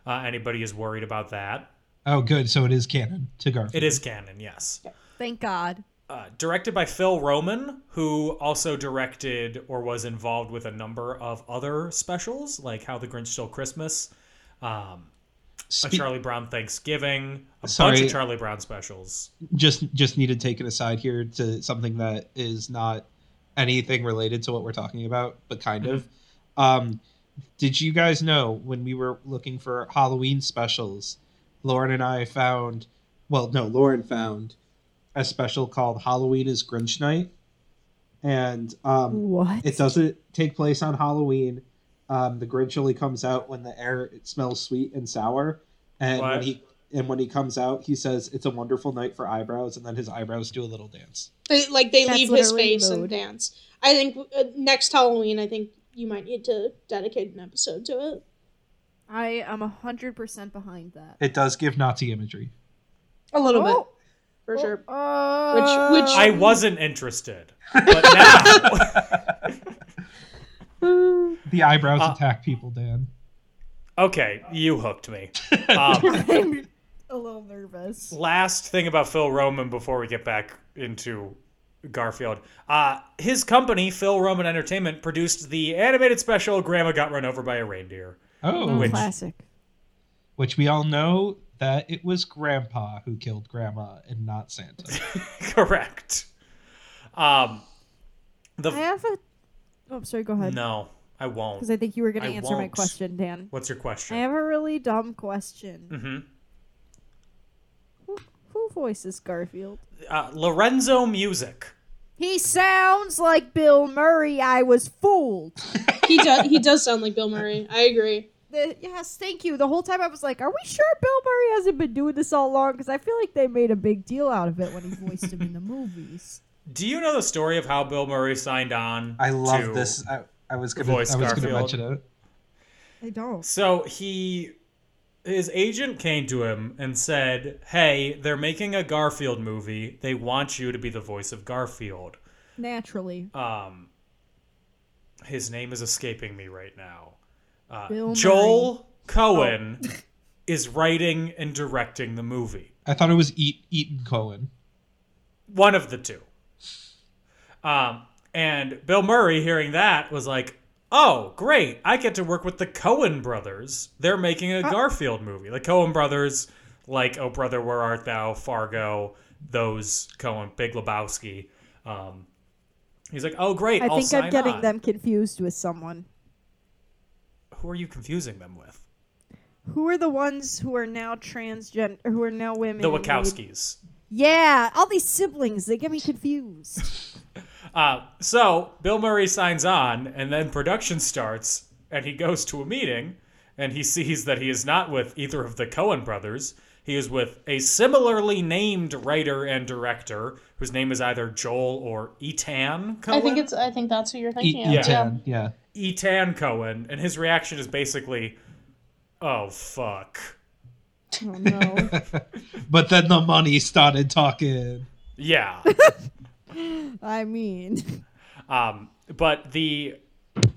Speaker 6: uh, anybody is worried about that,
Speaker 5: Oh, good. So it is canon to Garfield.
Speaker 6: it is canon. Yes.
Speaker 7: Thank God.
Speaker 6: uh, directed by Phil Roman, who also directed or was involved with a number of other specials, like How the Grinch Stole Christmas, um, a
Speaker 5: Spe-
Speaker 6: Charlie Brown Thanksgiving, a bunch
Speaker 5: Sorry.
Speaker 6: of Charlie Brown specials.
Speaker 5: just just need to take it aside here to something that is not anything related to what we're talking about, but kind of. Um, did you guys know when we were looking for Halloween specials, Lauren and I found, well, no, Lauren found a special called Halloween is Grinch Night, and um,
Speaker 7: What?
Speaker 5: it doesn't take place on Halloween. Um, the Grinch only comes out when the air it smells sweet and sour, and when
Speaker 6: What?
Speaker 5: he and when he comes out, he says it's a wonderful night for eyebrows, and then his eyebrows do a little dance.
Speaker 8: They- like they
Speaker 7: That's
Speaker 8: leave his
Speaker 7: literally
Speaker 8: face and
Speaker 7: mood.
Speaker 8: dance. I think uh, next Halloween, I think you might need to dedicate an episode to it.
Speaker 7: I am hundred percent behind that.
Speaker 5: It does give Nazi imagery.
Speaker 8: A little
Speaker 7: Oh,
Speaker 8: bit for sure.
Speaker 7: oh,
Speaker 8: which-
Speaker 6: I wasn't interested, but now
Speaker 5: The eyebrows
Speaker 6: Uh,
Speaker 5: attack people, Dan.
Speaker 6: okay, you hooked me. Um,
Speaker 7: I'm a little nervous.
Speaker 6: last thing about Phil Roman before we get back into Garfield, uh, his company Phil Roman Entertainment produced the animated special "Grandma Got Run Over by a Reindeer."
Speaker 5: Oh,
Speaker 6: Which-
Speaker 7: Classic.
Speaker 5: which we all know that it was Grandpa who killed Grandma and not Santa.
Speaker 6: Correct. Um, the
Speaker 7: I have a. Oh, I'm sorry. Go ahead.
Speaker 6: no, I won't.
Speaker 7: Because I think you were going
Speaker 6: I
Speaker 7: to answer my
Speaker 6: won't.
Speaker 7: question, Dan.
Speaker 6: What's your
Speaker 7: I
Speaker 6: question?
Speaker 7: have a really dumb question.
Speaker 6: hmm
Speaker 7: Who, who voices Garfield?
Speaker 6: uh, Lorenzo Music.
Speaker 7: He sounds like Bill Murray. I was fooled.
Speaker 8: He does. He does sound like Bill Murray. I agree.
Speaker 7: The, yes, thank you. The whole time I was like, are we sure Bill Murray hasn't been doing this all along? Because I feel like they made a big deal out of it when he voiced him in the movies.
Speaker 6: Do you know the story of how Bill Murray signed on?
Speaker 5: I love
Speaker 6: to-
Speaker 5: this. I, I was gonna.
Speaker 6: voice
Speaker 5: I was gonna
Speaker 6: Garfield.
Speaker 5: mention it.
Speaker 7: I don't.
Speaker 6: So he, his agent came to him and said, "Hey, they're making a Garfield movie. They want you to be the voice of Garfield."
Speaker 7: Naturally.
Speaker 6: Um, his name is escaping me right now. Uh,
Speaker 7: Bill
Speaker 6: Joel Cohen is writing and directing the movie.
Speaker 5: I thought it was Eat Eaton Cohen.
Speaker 6: one of the two. Um, and Bill Murray, hearing that, was like, "Oh, great! I get to work with the Cohen brothers. They're making a Garfield movie. The Cohen brothers, like Oh Brother, Where Art Thou, Fargo, those Cohen, Big Lebowski." Um, he's like, "Oh, great!
Speaker 7: I
Speaker 6: will
Speaker 7: think
Speaker 6: sign
Speaker 7: I'm getting
Speaker 6: on.
Speaker 7: them confused with someone.
Speaker 6: who are you confusing them with?
Speaker 7: Who are the ones who are now transgender? Who are now women?
Speaker 6: The
Speaker 7: and need-
Speaker 6: Wachowskis.
Speaker 7: Yeah, all these siblings. They get me confused.
Speaker 6: Uh, so Bill Murray signs on, and then production starts, and he goes to a meeting, and he sees that he is not with either of the Cohen brothers. He is with a similarly named writer and director whose name is either Joel or Etan Cohen.
Speaker 8: I think it's. I think that's who you're
Speaker 5: E-
Speaker 8: thinking
Speaker 5: yeah.
Speaker 8: of. Yeah.
Speaker 5: yeah.
Speaker 6: Etan Cohen, and his reaction is basically, "Oh fuck."
Speaker 7: oh no.
Speaker 5: But then the money started talking.
Speaker 6: Yeah.
Speaker 7: I mean,
Speaker 6: Um, but the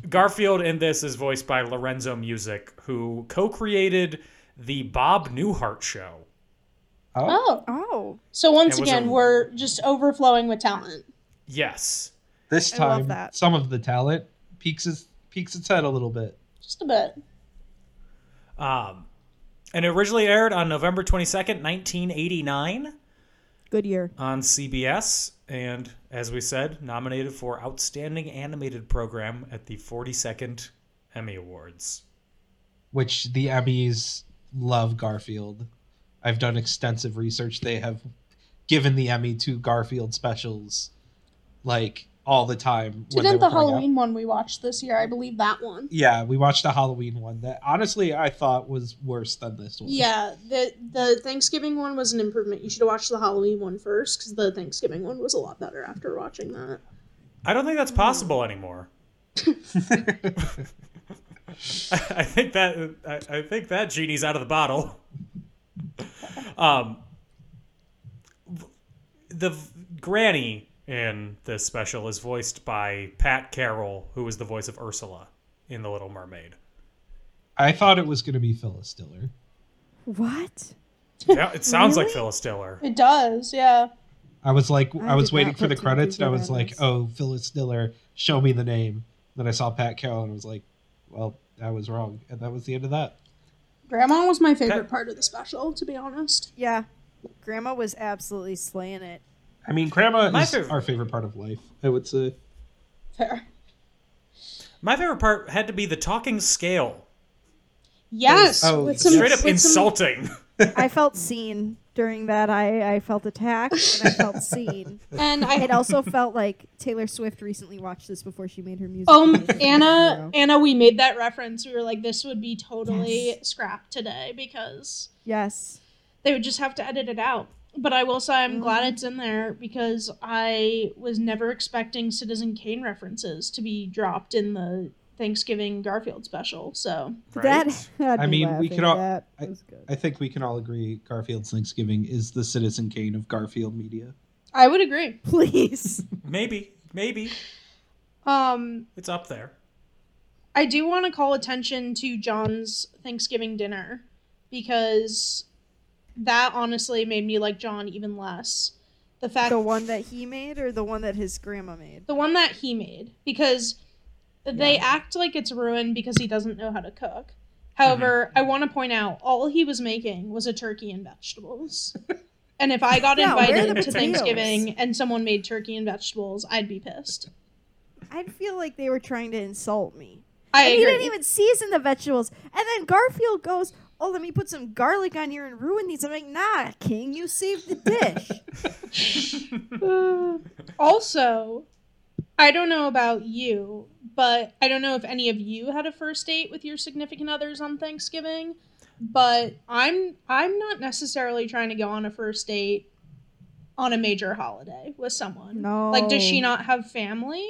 Speaker 6: Garfield in this is voiced by Lorenzo Music, who co-created the Bob Newhart show.
Speaker 8: Oh,
Speaker 7: oh,
Speaker 8: so once
Speaker 6: It was
Speaker 8: again,
Speaker 6: a-
Speaker 8: we're just overflowing with talent.
Speaker 6: Yes.
Speaker 5: This
Speaker 7: I love
Speaker 5: time,
Speaker 7: that.
Speaker 5: some of the talent peeks its peeks its head a little bit.
Speaker 8: Just a bit.
Speaker 6: Um, and it originally aired on November 22nd, 1989
Speaker 7: good year.
Speaker 6: on CBS. And as we said, nominated for Outstanding Animated Program at the 42nd Emmy Awards.
Speaker 5: Which the Emmys love Garfield. I've done extensive research. They have given the Emmy to Garfield specials, like all the time. when they
Speaker 8: Didn't
Speaker 5: were
Speaker 8: the
Speaker 5: coming out.
Speaker 8: Halloween one we watched this year? I believe that one.
Speaker 5: Yeah, we watched a Halloween one that honestly I thought was worse than this one.
Speaker 8: Yeah, the the Thanksgiving one was an improvement. You should have watched the Halloween one first because the Thanksgiving one was a lot better after watching that.
Speaker 6: I don't think that's possible anymore. I think that I, I think that genie's out of the bottle. Um, the v- granny in this special is voiced by Pat Carroll, who is the voice of Ursula in The Little Mermaid.
Speaker 5: I thought it was going to be Phyllis Diller.
Speaker 7: What?
Speaker 6: Yeah, it sounds like Phyllis Diller.
Speaker 8: It does, yeah.
Speaker 5: I was like, I,
Speaker 7: I
Speaker 5: was
Speaker 7: did
Speaker 5: waiting
Speaker 7: not
Speaker 5: for the
Speaker 7: put two and
Speaker 5: credits,
Speaker 7: two
Speaker 5: and I was like,
Speaker 7: together.
Speaker 5: oh, Phyllis Diller, show me the name. Then I saw Pat Carroll, and I was like, well, I was wrong, and that was the end of that.
Speaker 8: Grandma was my
Speaker 6: Okay.
Speaker 8: favorite part of the special, to be honest.
Speaker 7: Yeah, Grandma was absolutely slaying it.
Speaker 5: I mean, Grandma
Speaker 6: My
Speaker 5: is
Speaker 6: favorite-
Speaker 5: our favorite part of life. I would say
Speaker 8: Fair.
Speaker 6: My favorite part had to be the talking scale.
Speaker 8: Yes.
Speaker 5: Oh,
Speaker 8: with some,
Speaker 5: Yes.
Speaker 6: Straight up
Speaker 8: with some-
Speaker 6: insulting.
Speaker 7: I felt seen during that. I I felt attacked and I felt seen.
Speaker 8: and I
Speaker 7: It also felt like Taylor Swift recently watched this before she made her music.
Speaker 8: Um,
Speaker 7: video.
Speaker 8: Anna, Anna, we made that reference. We were like, this would be totally scrapped today because
Speaker 7: Yes.
Speaker 8: they would just have to edit it out. But I will say, I'm glad it's in there because I was never expecting Citizen Kane references to be dropped in the Thanksgiving Garfield special. So
Speaker 7: That. Had
Speaker 5: I
Speaker 7: me
Speaker 5: mean, we
Speaker 7: laughing.
Speaker 5: could all-
Speaker 7: That
Speaker 5: I-
Speaker 7: was good.
Speaker 5: I think we can all agree Garfield's Thanksgiving is the Citizen Kane of Garfield media.
Speaker 8: I would agree.
Speaker 7: Please.
Speaker 6: Maybe, maybe
Speaker 8: Um,
Speaker 6: it's up there.
Speaker 8: I do want to call attention to John's Thanksgiving dinner because that honestly made me like John even less. The fact
Speaker 7: The one that he made or the one that his grandma made?
Speaker 8: the one that he made because they act like it's ruined because he doesn't know how to cook. However,
Speaker 7: Mm-hmm.
Speaker 8: I want to point out all he was making was a turkey and vegetables. and if I got
Speaker 7: Yeah, where are
Speaker 8: invited
Speaker 7: the
Speaker 8: to Thanksgiving and someone made turkey and vegetables, I'd be pissed.
Speaker 7: I'd feel like they were trying to insult me.
Speaker 8: I
Speaker 7: and he
Speaker 8: agree.
Speaker 7: didn't even season the vegetables. And then Garfield goes, Oh, let me put some garlic on here and ruin these. I'm like, Nah, King, you saved the dish.
Speaker 8: also, I don't know about you, but I don't know if any of you had a first date with your significant others on Thanksgiving, but I'm I'm not necessarily trying to go on a first date on a major holiday with someone.
Speaker 7: No.
Speaker 8: Like does she not have family?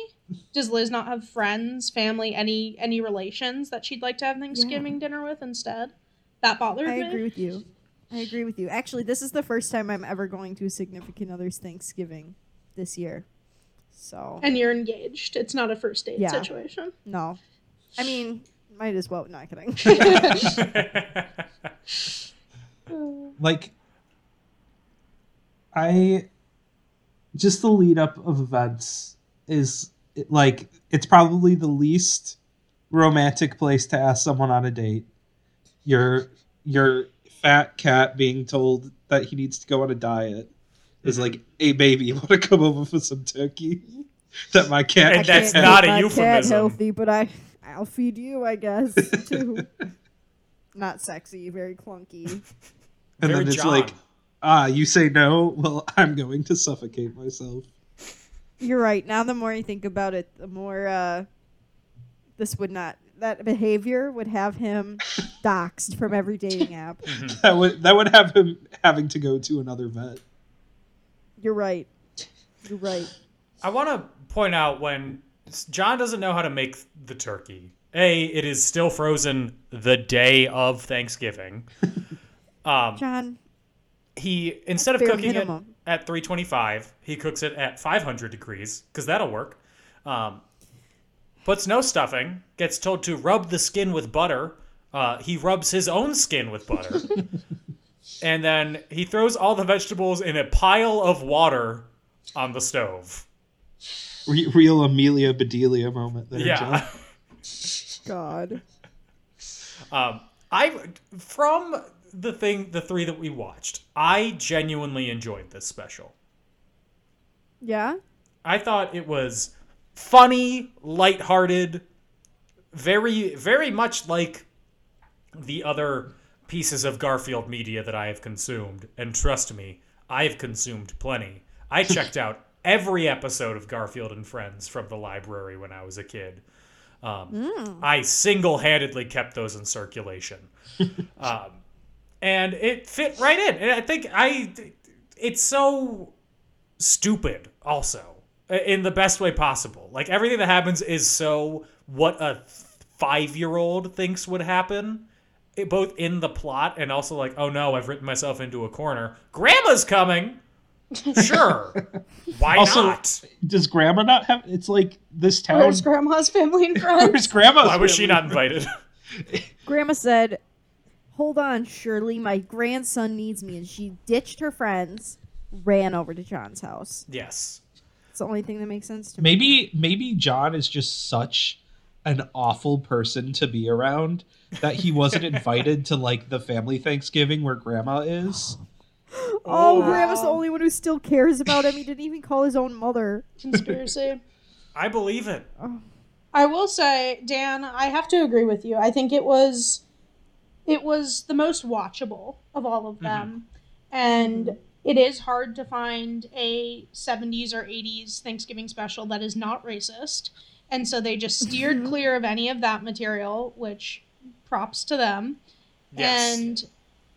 Speaker 8: Does Liz not have friends, family, any any relations that she'd like to have Thanksgiving dinner with instead? That bothered
Speaker 7: I
Speaker 8: me.
Speaker 7: agree with you. I agree with you. Actually, this is the first time I'm ever going to a significant other's Thanksgiving this year. So,
Speaker 8: And you're engaged. It's not a first date
Speaker 7: Yeah.
Speaker 8: situation.
Speaker 7: no. I mean, might as well. Not kidding.
Speaker 5: like i just the lead up of events is like it's probably the least romantic place to ask someone on a date your your fat cat being told that he needs to go on a diet is like
Speaker 6: Mm-hmm.
Speaker 5: hey baby you want to come over for some turkey that my cat
Speaker 6: And
Speaker 7: I
Speaker 6: that's
Speaker 7: can't
Speaker 6: not
Speaker 7: keep
Speaker 6: a
Speaker 7: my cat
Speaker 6: euphemism.
Speaker 7: healthy, but I I'll feed you, I guess, too. Not sexy, very clunky.
Speaker 5: And
Speaker 6: Very
Speaker 5: then it's
Speaker 6: John.
Speaker 5: like, ah, you say no? Well, I'm going to suffocate myself.
Speaker 7: You're right. Now, the more you think about it, the more uh, this would not, that behavior would have him doxxed from every dating app.
Speaker 5: That would that would have him having to go to another vet.
Speaker 7: You're right. You're right.
Speaker 6: I want to point out when s- John doesn't know how to make the turkey. A, it is still frozen the day of Thanksgiving. Um,
Speaker 7: John,
Speaker 6: he instead of
Speaker 7: Bare
Speaker 6: cooking
Speaker 7: minimum.
Speaker 6: it at 325 he cooks it at 500 degrees because that'll work um, puts no stuffing gets told to rub the skin with butter uh, he rubs his own skin with butter and then he throws all the vegetables in a pile of water on the stove
Speaker 5: Re- real Amelia Bedelia moment there, John.
Speaker 6: yeah
Speaker 7: God.
Speaker 6: um, i from the thing the three that we watched i genuinely enjoyed this special
Speaker 7: Yeah?
Speaker 6: I thought it was funny, lighthearted, very very much like the other pieces of Garfield media that I have consumed. And trust me, I've consumed plenty. I checked out every episode of Garfield and Friends from the library when I was a kid. Um, I single-handedly kept those in circulation, um, and it fit right in. And I think I, it's so stupid also i- in the best way possible like everything that happens is so what a five year old thinks would happen it, both in the plot and also like oh no i've written myself into a corner grandma's coming sure why
Speaker 5: Also-
Speaker 6: not
Speaker 5: Does Grandma not have? It's like this town.
Speaker 8: Where's grandma's family and friends?
Speaker 5: Where's Grandma's
Speaker 6: why was she
Speaker 5: family?
Speaker 6: not invited
Speaker 7: Grandma said, Hold on, Shirley. My grandson needs me. And she ditched her friends, ran over to John's house.
Speaker 6: yes
Speaker 7: It's the only thing that makes sense to me.
Speaker 5: Maybe maybe John is just such an awful person to be around that he wasn't invited to like the family Thanksgiving where Grandma is.
Speaker 7: Oh, Grandma's the
Speaker 8: Wow.
Speaker 7: only one who still cares about him. He didn't even call his own mother.
Speaker 8: Conspiracy.
Speaker 6: i believe it
Speaker 8: I will say, Dan, I have to agree with you. I think it was it was the most watchable of all of them. And it is hard to find a 70s or 80s Thanksgiving special that is not racist. And so they just steered clear of any of that material, which props to them.
Speaker 6: yes
Speaker 8: And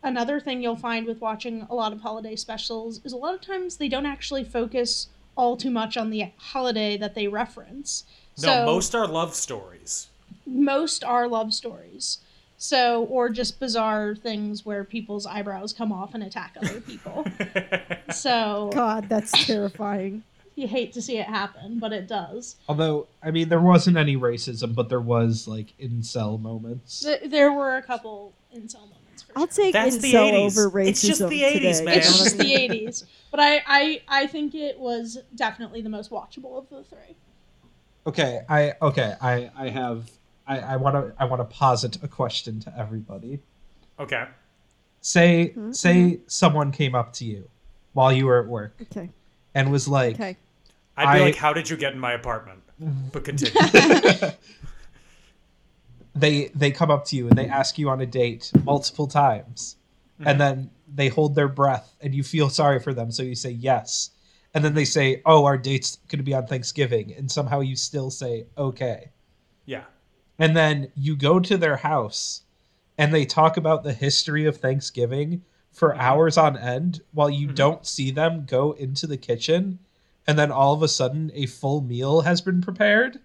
Speaker 8: another thing you'll find with watching a lot of holiday specials is a lot of times they don't actually focus all too much on the holiday that they reference.
Speaker 6: no most are love stories
Speaker 8: most are love stories. So, or just bizarre things where people's eyebrows come off and attack other people. so,
Speaker 7: God, that's terrifying.
Speaker 8: you hate to see it happen, but it does.
Speaker 5: Although I mean there wasn't any racism, but there was like incel moments.
Speaker 8: Th- There were a couple incel moments. For
Speaker 7: I'll
Speaker 8: sure.
Speaker 7: take
Speaker 6: That's
Speaker 7: incel
Speaker 6: the 80s.
Speaker 7: over racism
Speaker 6: It's just the 80s,
Speaker 7: today.
Speaker 6: man.
Speaker 8: It's just the 80s. But I, I, I think it was definitely the most watchable of the three.
Speaker 5: Okay, I okay, I I have I I want to I want to posit a question to everybody.
Speaker 6: okay
Speaker 5: Say say someone came up to you while you were at work
Speaker 7: Okay.
Speaker 5: and was like
Speaker 7: Okay.
Speaker 6: i'd be
Speaker 5: I-
Speaker 6: like how did you get in my apartment but continue
Speaker 5: they they come up to you and they ask you on a date multiple times and then they hold their breath and you feel sorry for them so you say yes and then they say oh our date's going to be on thanksgiving and somehow you still say okay
Speaker 6: yeah
Speaker 5: and then you go to their house and they talk about the history of thanksgiving for
Speaker 6: Mm-hmm.
Speaker 5: hours on end while you don't see them go into the kitchen and then all of a sudden a full meal has been prepared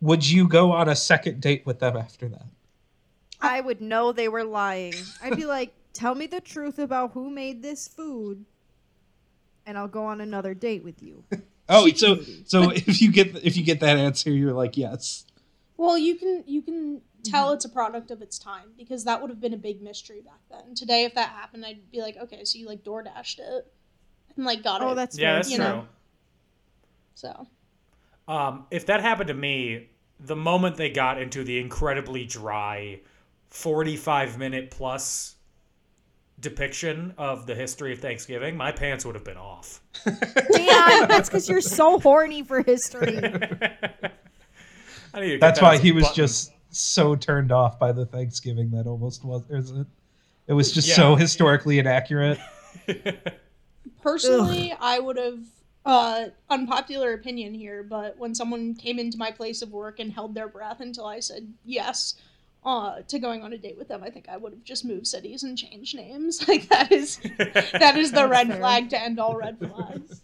Speaker 5: would you go on a second date with them after that
Speaker 7: I would know they were lying. I'd be like, tell me the truth about who made this food, and I'll go on another date with you.
Speaker 5: Oh, so so if you get if you get that answer, you're like yes.
Speaker 8: Well, you can you can
Speaker 7: Mm-hmm.
Speaker 8: tell it's a product of its time because that would have been a big mystery back then. Today, if that happened, I'd be like, okay, so you like door dashed it and like got
Speaker 7: Oh,
Speaker 8: it.
Speaker 7: that's
Speaker 6: yeah
Speaker 7: fair.
Speaker 6: that's
Speaker 8: you
Speaker 6: true
Speaker 8: know. So
Speaker 6: Um, if that happened to me, the moment they got into the incredibly dry 45 minute plus depiction of the history of Thanksgiving, my pants would have been off.
Speaker 7: Dan, that's because you're so horny for history.
Speaker 6: I need to get
Speaker 5: That's
Speaker 6: that
Speaker 5: why
Speaker 6: as a
Speaker 5: he was
Speaker 6: button.
Speaker 5: just so turned off by the Thanksgiving that almost was. Isn't it? It was just
Speaker 6: Yeah.
Speaker 5: so historically inaccurate.
Speaker 10: Personally, I would have uh unpopular opinion here, but when someone came into my place of work and held their breath until I said yes uh to going on a date with them, I think I would have just moved cities and changed names. Like that is that is the red
Speaker 7: fair.
Speaker 10: flag to end all red flags.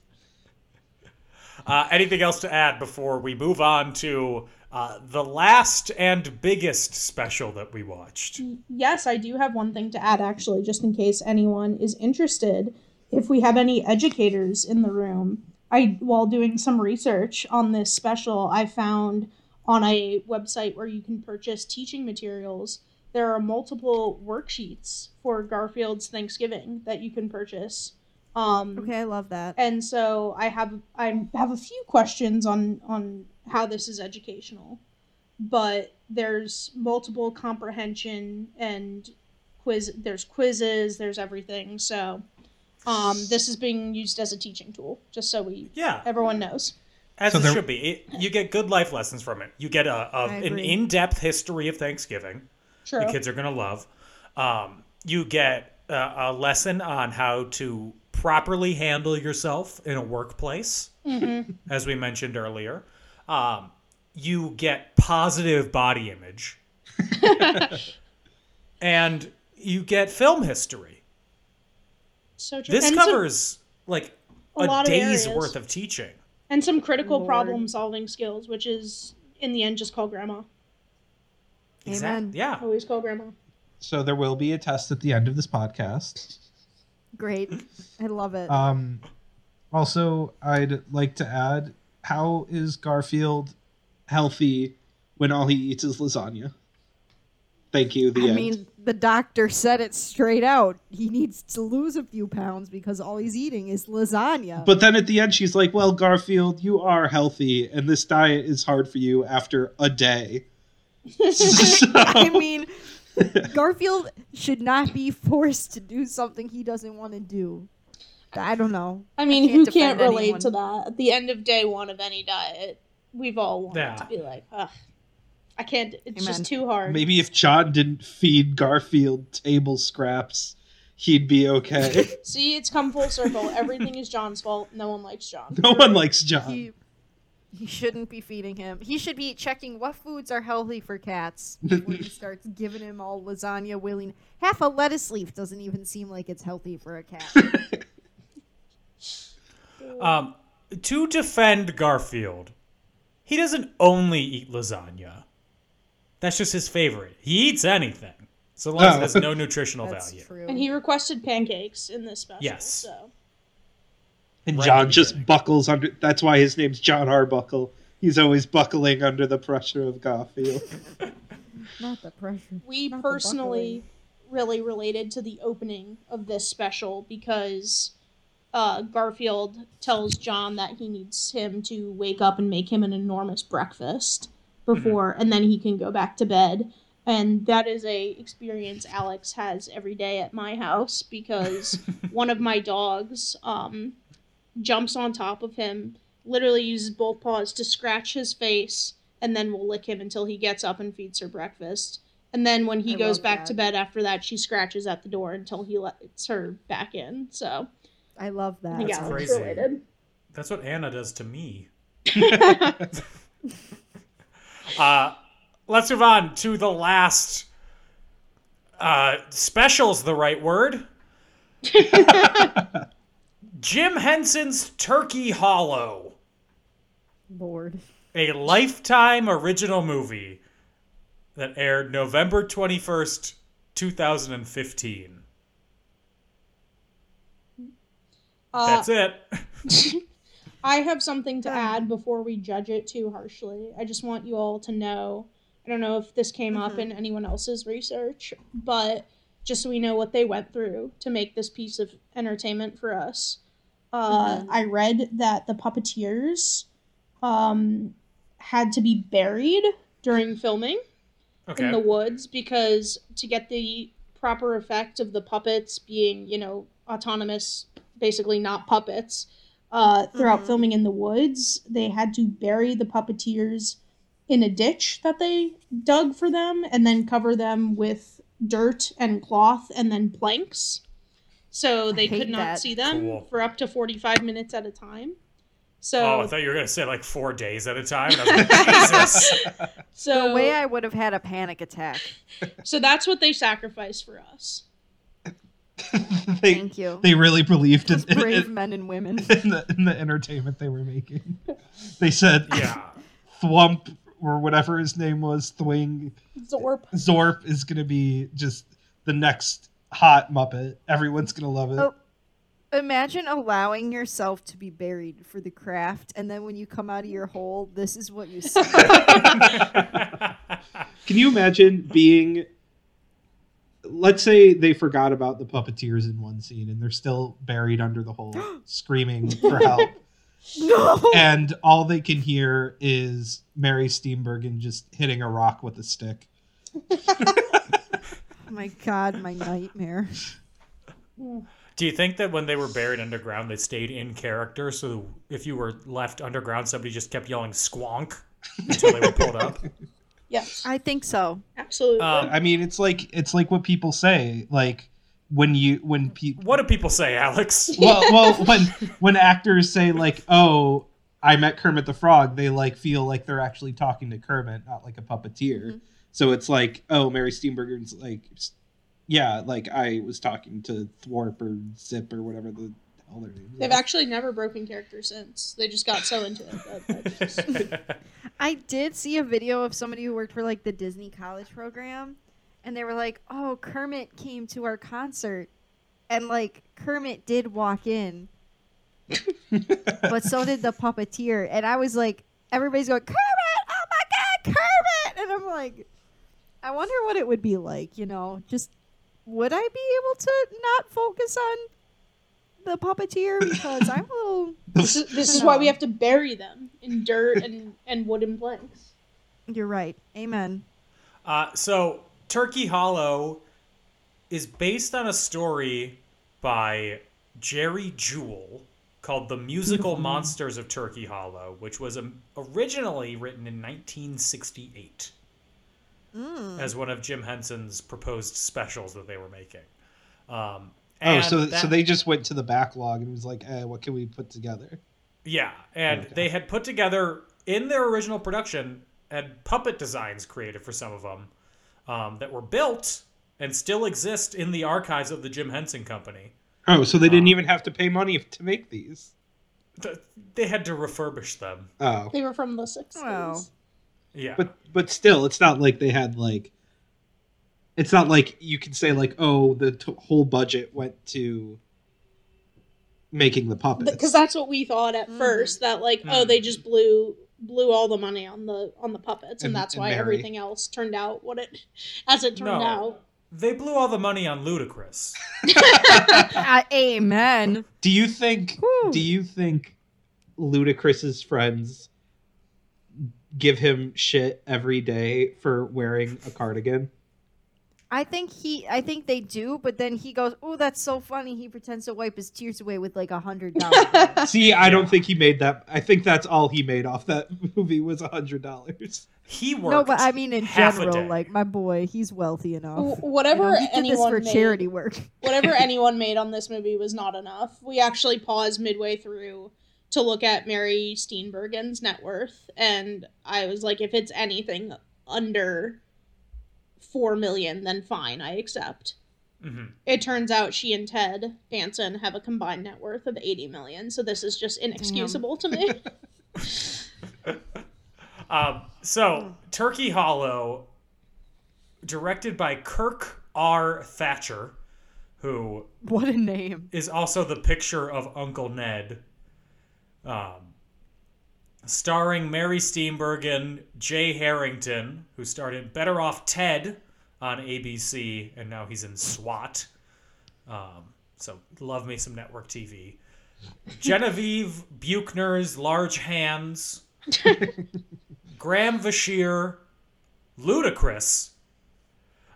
Speaker 6: Uh, anything else to add before we move on to uh, the last and biggest special that we watched?
Speaker 8: Yes, I do have one thing to add, actually, just in case anyone is interested. If we have any educators in the room, I while doing some research on this special, I found on a website where you can purchase teaching materials. There are multiple worksheets for Garfield's Thanksgiving that you can purchase. Um,
Speaker 7: Okay, I love that.
Speaker 8: and so I have I have a few questions on on how this is educational, but there's multiple comprehension and quiz. There's quizzes. There's everything. So um, this is being used as a teaching tool, just so we
Speaker 6: Yeah,
Speaker 8: everyone knows.
Speaker 6: as
Speaker 5: So
Speaker 6: it
Speaker 5: there-
Speaker 6: should be. It, you get good life lessons from it. You get a, a
Speaker 7: I
Speaker 6: an
Speaker 7: agree.
Speaker 6: in depth history of Thanksgiving.
Speaker 8: True.
Speaker 6: the kids are going to love. Um, you get uh, a lesson on how to properly handle yourself in a workplace,
Speaker 8: Mm-hmm.
Speaker 6: as we mentioned earlier. Um, you get positive body image. and you get film history.
Speaker 8: so true.
Speaker 6: This
Speaker 8: and some,
Speaker 6: covers like
Speaker 8: a
Speaker 6: a,
Speaker 8: lot of
Speaker 6: day's
Speaker 8: areas.
Speaker 6: worth of teaching.
Speaker 8: and some critical
Speaker 7: Lord.
Speaker 8: problem solving skills, which is in the end just call grandma.
Speaker 7: Amen.
Speaker 6: Exact- Yeah.
Speaker 8: Always call grandma.
Speaker 5: So there will be a test at the end of this podcast.
Speaker 7: Great. I love it.
Speaker 5: Um, also, I'd like to add: How is Garfield healthy when all he eats is lasagna? Thank you. The
Speaker 7: I
Speaker 5: end.
Speaker 7: mean, the doctor said it straight out. He needs to lose a few pounds because all he's eating is lasagna.
Speaker 5: But then at the end, she's like, "Well, Garfield, you are healthy, and this diet is hard for you after a day." So-
Speaker 7: I mean, Garfield should not be forced to do something he doesn't want to do. I don't know.
Speaker 8: I mean,
Speaker 7: can't
Speaker 8: who
Speaker 7: defend
Speaker 8: can't relate
Speaker 7: anyone.
Speaker 8: to that? At the end of day one of any diet, we've all wanted
Speaker 6: Yeah.
Speaker 8: to be like, ugh, I can't, it's
Speaker 7: Amen.
Speaker 8: just too hard.
Speaker 5: Maybe if John didn't feed Garfield table scraps, he'd be okay.
Speaker 8: See, it's come full circle. Everything is John's fault. No one likes John.
Speaker 5: no one likes John.
Speaker 7: He he shouldn't be feeding him. He should be checking what foods are healthy for cats before he starts giving him all lasagna willing. Half a lettuce leaf doesn't even seem like it's healthy for a cat.
Speaker 6: Um, to defend Garfield, he doesn't only eat lasagna. That's just his favorite. He eats anything, so long as it has
Speaker 5: Oh.
Speaker 6: no nutritional
Speaker 7: That's
Speaker 6: value.
Speaker 7: true.
Speaker 8: And he requested pancakes in this special.
Speaker 6: Yes.
Speaker 8: So.
Speaker 5: And
Speaker 6: Right at
Speaker 5: John
Speaker 6: the
Speaker 5: just
Speaker 6: beginning.
Speaker 5: buckles under. That's why his name's John Arbuckle. He's always buckling under the pressure of Garfield.
Speaker 7: Not the pressure.
Speaker 8: we
Speaker 7: Not the
Speaker 8: personally really related to the opening of this special because uh, Garfield tells John that he needs him to wake up and make him an enormous breakfast
Speaker 6: Mm-hmm.
Speaker 8: before, and then he can go back to bed. And that is a experience Alex has every day at my house because one of my dogs um, jumps on top of him, literally uses both paws to scratch his face, and then will lick him until he gets up and feeds her breakfast. And then when he
Speaker 7: I
Speaker 8: goes
Speaker 7: love
Speaker 8: back
Speaker 7: that.
Speaker 8: to bed after that, she scratches at the door until he lets her back in. So
Speaker 7: I love that.
Speaker 8: yeah,
Speaker 6: That's
Speaker 8: it's
Speaker 6: crazy.
Speaker 8: related.
Speaker 6: That's what Anna does to me. uh, let's move on to the last uh, specials. The right word. Jim Henson's Turkey Hollow.
Speaker 7: Lord.
Speaker 6: a lifetime original movie that aired November 21st, 2015.
Speaker 8: Uh,
Speaker 6: That's it.
Speaker 8: I have something to add before we judge it too harshly. I just want you all to know. I don't know if this came up in anyone else's research, but just so we know what they went through to make this piece of entertainment for us. Uh, I read that the puppeteers um, had to be buried during filming in the
Speaker 6: Okay.
Speaker 8: woods because to get the proper effect of the puppets being, you know, autonomous, basically not
Speaker 7: Mm-hmm.
Speaker 8: puppets, uh, throughout filming in the woods, they had to bury the puppeteers in a ditch that they dug for them and then cover them with dirt and cloth and then planks. So they
Speaker 7: hate
Speaker 8: could not
Speaker 7: that.
Speaker 8: see them
Speaker 6: Cool.
Speaker 8: for up to 45 minutes at a time.
Speaker 6: Oh,
Speaker 8: So,
Speaker 6: I thought you were gonna say like four days at a time. And I was like, Jesus.
Speaker 8: so
Speaker 7: The way I would have had a panic attack.
Speaker 8: so that's what they sacrificed for us.
Speaker 5: they,
Speaker 7: Thank you.
Speaker 5: They really believed in, in,
Speaker 7: Brave men and women.
Speaker 5: in the, in the entertainment they were making. They said
Speaker 6: Yeah.
Speaker 5: Thwump or whatever his name was, Thwing
Speaker 8: Zorp.
Speaker 5: Zorp is going to be just the next hot Muppet. Everyone's going to love it.
Speaker 7: Oh. Imagine allowing yourself to be buried for the craft, and then when you come out of your hole, this is what you see.
Speaker 5: Can you imagine being? Let's say they forgot about the puppeteers in one scene, and they're still buried under the hole, screaming for help.
Speaker 7: no!
Speaker 5: and all they can hear is Mary Steenburgen just hitting a rock with a stick.
Speaker 7: Oh my god, my nightmare.
Speaker 6: Do you think that when they were buried underground, they stayed in character? So if you were left underground, somebody just kept yelling "squonk" until they were pulled up.
Speaker 8: Yes,
Speaker 7: I think so.
Speaker 8: absolutely.
Speaker 6: Um,
Speaker 5: I mean, it's like it's like what people say, like when you when people
Speaker 6: What do people say, Alex?
Speaker 5: well, well when when actors say like, "Oh, I met Kermit the Frog," they like feel like they're actually talking to Kermit, not like a puppeteer. So it's like, "Oh, Mary Steenburgen's like, s- yeah, like I was talking to Thwarp or Zip or whatever the hell their name is."
Speaker 8: They've actually never broken character since. They just got so into it. That, that just-
Speaker 7: I did see a video of somebody who worked for like the Disney college program, and they were like, "Oh, Kermit came to our concert," and like Kermit did walk in, but so did the puppeteer, and I was like, everybody's going, "Kermit! Oh my God, Kermit!" And I'm like, I wonder what it would be like, you know, just would I be able to not focus on the puppeteer because I'm a little
Speaker 8: this, is, this is why we have to bury them in dirt and, and wooden planks.
Speaker 7: you're right. Amen.
Speaker 6: Uh, so Turkey Hollow is based on a story by Jerry Jewell called "The Musical Monsters of Turkey Hollow," which was um, originally written in 1968 as one of Jim Henson's proposed specials that they were making. Um,
Speaker 5: Oh,
Speaker 6: and
Speaker 5: so so
Speaker 6: that-
Speaker 5: they just went to the backlog and was like, eh, "What can we put together?"
Speaker 6: Yeah, and
Speaker 5: Okay.
Speaker 6: they had put together in their original production had puppet designs created for some of them um, that were built and still exist in the archives of the Jim Henson Company.
Speaker 5: Oh, so they didn't even have to pay money to make these.
Speaker 6: Th- They had to refurbish them.
Speaker 5: Oh,
Speaker 8: They were from the 60s.
Speaker 7: Wow.
Speaker 6: Yeah,
Speaker 5: but but still, it's not like they had like. It's not like you can say like, "Oh, the t- whole budget went to making the puppets."
Speaker 8: Because that's what we thought at
Speaker 7: Mm.
Speaker 8: first that like oh they just blew blew all the money on the on the puppets and,
Speaker 5: And-
Speaker 8: that's
Speaker 5: and
Speaker 8: why
Speaker 5: Mary.
Speaker 8: everything else turned out what it as it turned
Speaker 6: No.
Speaker 8: out.
Speaker 6: they blew all the money on Ludacris.
Speaker 7: Uh, amen.
Speaker 5: do you think?
Speaker 7: Whew.
Speaker 5: Do you think Ludacris's friends give him shit every day for wearing a cardigan?
Speaker 7: I think he. I think they do, but then he goes, "Oh, that's so funny." He pretends to wipe his tears away with like a hundred dollars.
Speaker 5: See, I don't think he made that. I think that's all he made off that movie was a hundred dollars.
Speaker 6: He worked.
Speaker 7: no, but I mean in
Speaker 6: half a
Speaker 7: general,
Speaker 6: day.
Speaker 7: like my boy, he's wealthy enough.
Speaker 8: Wh-
Speaker 7: You know,
Speaker 8: Whatever
Speaker 7: he did this
Speaker 8: anyone
Speaker 7: for
Speaker 8: made,
Speaker 7: charity work.
Speaker 8: whatever anyone made on this movie was not enough. We actually paused midway through to look at Mary Steenburgen's net worth, and I was like, if it's anything under four million, then fine, I accept.
Speaker 6: Mhm.
Speaker 8: It turns out she and Ted Danson have a combined net worth of eighty million, so this is just inexcusable to me.
Speaker 6: Um, so
Speaker 7: Hmm.
Speaker 6: Turkey Hollow, directed by Kirk R. Thatcher, who
Speaker 7: What a name!
Speaker 6: is also the picture of Uncle Ned, um, starring Mary Steenburgen, Jay Harrington, who started Better Off Ted on ABC, and now he's in SWAT. Um, so love me some network TV. Genevieve Buchner's Large Hands, Graham Vashir, Ludacris,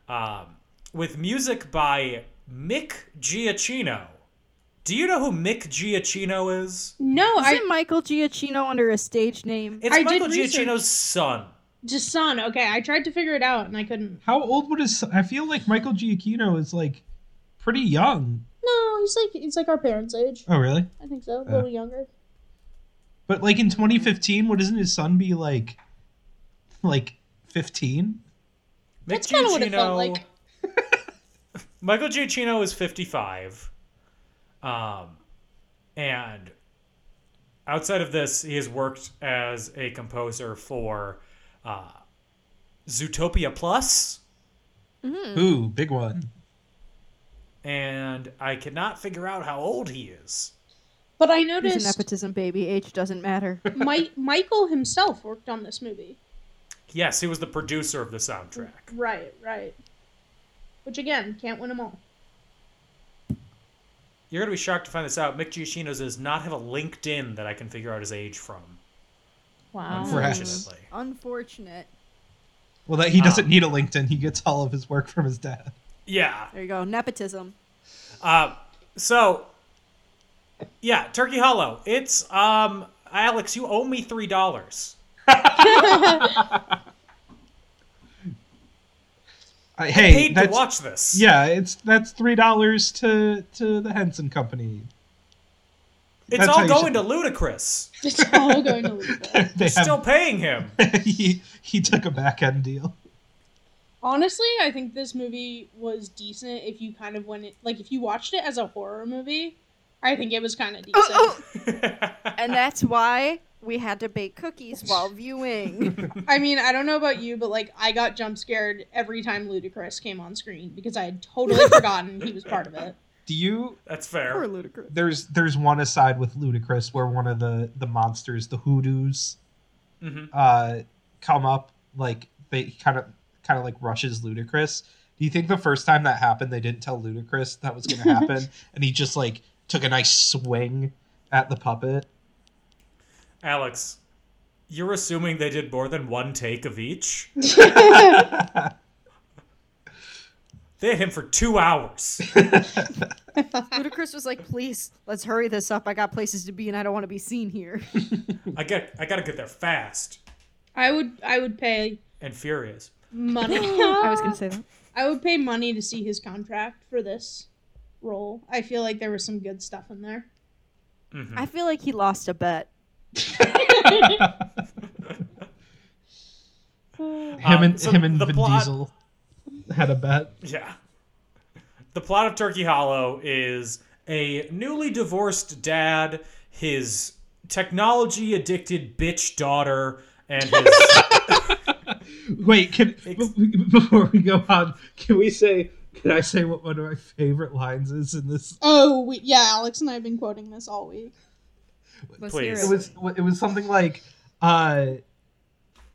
Speaker 6: um, with music by Mick Giacchino. Do you know who Mick Giacchino is?
Speaker 8: no, I
Speaker 7: Isn't Michael Giacchino under a stage name?
Speaker 6: It's
Speaker 8: I did
Speaker 6: Michael
Speaker 8: research.
Speaker 6: Giacchino's son.
Speaker 8: Just son. Okay, I tried to figure it out and I couldn't.
Speaker 5: How old would his? I feel like Michael Giacchino is like pretty young.
Speaker 8: No, he's like he's like our parents' age.
Speaker 5: Oh, really?
Speaker 8: I think so. A little younger.
Speaker 5: But like in 2015, would isn't his son be like, like 15?
Speaker 8: That's kinda what it felt like.
Speaker 6: Michael Giacchino is 55. Um, and outside of this, he has worked as a composer for uh, Zootopia Plus,
Speaker 5: Ooh, big one.
Speaker 6: and I cannot figure out how old he is.
Speaker 8: But I
Speaker 7: He's an
Speaker 8: noticed
Speaker 7: nepotism baby. Age doesn't matter.
Speaker 8: Mi- Michael himself worked on this movie.
Speaker 6: Yes, he was the producer of the soundtrack.
Speaker 8: Right, right. Which again, can't win them all.
Speaker 6: You're gonna be shocked to find this out. Mick Giacchino does not have a LinkedIn that I can figure out his age from,
Speaker 8: Wow.
Speaker 6: unfortunately.
Speaker 7: Unfortunate.
Speaker 5: Well, that he doesn't
Speaker 6: Um,
Speaker 5: need a LinkedIn. He gets all of his work from his dad.
Speaker 6: Yeah.
Speaker 7: There you go. Nepotism.
Speaker 6: Uh, so, yeah, Turkey Hollow. It's um, Alex, you owe me three dollars.
Speaker 5: I,
Speaker 6: I
Speaker 5: hey,
Speaker 6: paid to
Speaker 5: that's
Speaker 6: watch this.
Speaker 5: yeah. It's that's three dollars to to the Henson Company.
Speaker 6: it's
Speaker 5: that's how
Speaker 6: all
Speaker 5: you
Speaker 6: going to
Speaker 5: should-
Speaker 6: Ludacris.
Speaker 8: It's all going to leave that.
Speaker 5: They
Speaker 6: Still paying him.
Speaker 5: have, he he took a back end deal.
Speaker 8: Honestly, I think this movie was decent if you kind of went it, like if you watched it as a horror movie. I think it was kind of decent.
Speaker 7: and that's why we had to bake cookies while viewing.
Speaker 8: I mean, I don't know about you, but like I got jump scared every time Ludacris came on screen because I had totally forgotten he was part of it.
Speaker 5: Do you
Speaker 6: That's fair.
Speaker 7: Poor Ludacris.
Speaker 5: there's there's one aside with Ludacris where one of the the monsters, the hoodoos,
Speaker 6: Mhm.
Speaker 5: uh, come up like they kind of kind of like rushes Ludacris. Do you think the first time that happened, they didn't tell Ludacris that was going to happen, and he just like took a nice swing at the puppet?
Speaker 6: Alex, you're assuming they did more than one take of each. they had him for two hours.
Speaker 7: Ludacris was like, please, let's hurry this up. I got places to be and I don't want to be seen here.
Speaker 6: I get. I gotta get there fast
Speaker 8: I would I would pay
Speaker 6: and furious.
Speaker 8: money.
Speaker 7: I was going to say that.
Speaker 8: I would pay money to see his contract for this role. I feel like there was some good stuff in there.
Speaker 7: I feel like he lost a bet.
Speaker 5: Him
Speaker 6: Um,
Speaker 5: and
Speaker 6: so
Speaker 5: him and
Speaker 6: the
Speaker 5: Vin
Speaker 6: plot-
Speaker 5: Diesel had a bet.
Speaker 6: Yeah. The plot of Turkey Hollow is a newly divorced dad, his technology addicted bitch daughter, and his.
Speaker 5: Wait, can be- before we go on, can we say? Can I say what one of my favorite lines is in this
Speaker 8: Oh we, yeah, Alex and I have been quoting this all week.
Speaker 7: Let's
Speaker 6: Please.
Speaker 7: hear
Speaker 5: it was it was something like uh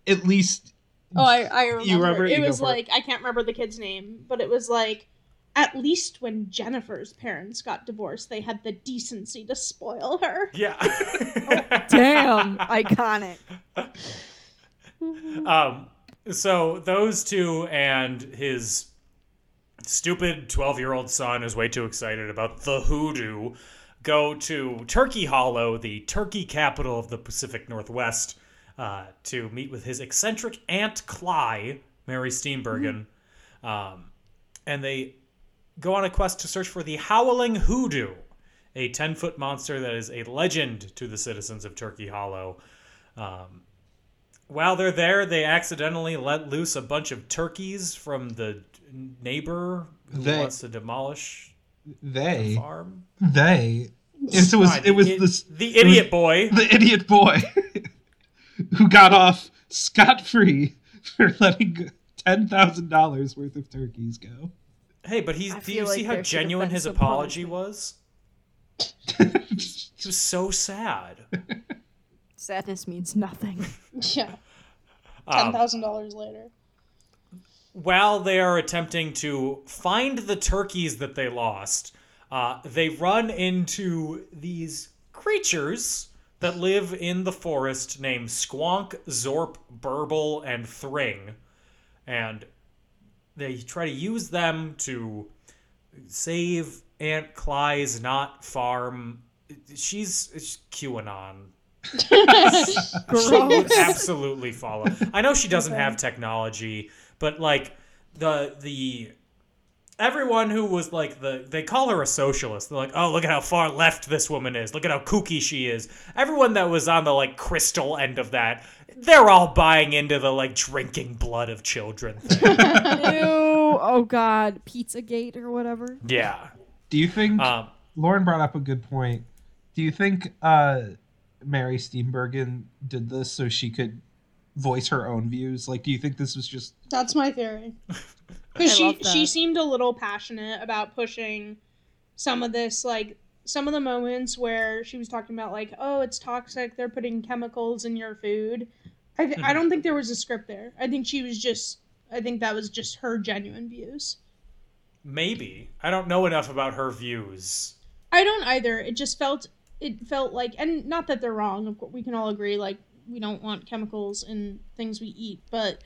Speaker 5: at least
Speaker 8: Oh, I, I remember.
Speaker 5: remember it?
Speaker 8: it
Speaker 5: You go
Speaker 8: was
Speaker 5: for
Speaker 8: like
Speaker 5: it.
Speaker 8: I can't remember the kid's name, but it was like at least when Jennifer's parents got divorced, they had the decency to spoil her.
Speaker 6: yeah.
Speaker 7: Damn. Iconic.
Speaker 6: um, so those two and his stupid 12 year old son is way too excited about the hoodoo go to turkey hollow the turkey capital of the pacific northwest uh, to meet with his eccentric aunt cly mary steenburgen um, and they go on a quest to search for the howling hoodoo a 10 foot monster that is a legend to the citizens of turkey hollow um, while they're there, they accidentally let loose a bunch of turkeys from the neighbor who
Speaker 5: They-
Speaker 6: wants to demolish the
Speaker 5: they
Speaker 6: farm.
Speaker 5: they and so it was
Speaker 6: Fine,
Speaker 5: it was
Speaker 6: i-
Speaker 5: this
Speaker 6: the
Speaker 5: it was
Speaker 6: idiot boy.
Speaker 5: the idiot boy who got off scot free for letting ten thousand dollars worth of turkeys go.
Speaker 6: Hey, but he's.
Speaker 7: I
Speaker 6: Do you
Speaker 7: feel
Speaker 6: see
Speaker 7: like
Speaker 6: how
Speaker 7: there should have
Speaker 6: genuine
Speaker 7: been
Speaker 6: his
Speaker 7: some
Speaker 6: apology
Speaker 7: punishment.
Speaker 6: was? He was so sad.
Speaker 7: Sadness means nothing.
Speaker 8: Yeah, ten
Speaker 6: Um,
Speaker 8: thousand dollars later.
Speaker 6: while they are attempting to find the turkeys that they lost, uh, they run into these creatures that live in the forest named Squonk, Zorp, Burble, and Thring. And they try to use them to save Aunt Cly's not farm. She's, she's QAnon She would absolutely follow. I know she doesn't have technology, but like the the everyone who was like the they call her a socialist. They're like, oh, look at how far left this woman is. Look at how kooky she is. Everyone that was on the like crystal end of that, they're all buying into the like drinking blood of children thing.
Speaker 7: Ew, oh god, Pizzagate or whatever.
Speaker 6: yeah.
Speaker 5: Do you think
Speaker 6: Um,
Speaker 5: Lauren brought up a good point? Do you think uh, Mary Steenburgen did this so she could voice her own views? Like, do you think this was just
Speaker 8: That's my theory. Because
Speaker 7: I
Speaker 8: she
Speaker 7: love that.
Speaker 8: she seemed a little passionate about pushing some of this, like some of the moments where she was talking about like, oh, it's toxic. They're putting chemicals in your food. I th- I don't think there was a script there. I think she was just. I think that was just her genuine views.
Speaker 6: maybe. I don't know enough about her views.
Speaker 8: I don't either. It just felt it felt like, and not that they're wrong. Of course, we can all agree like we don't want chemicals in things we eat, but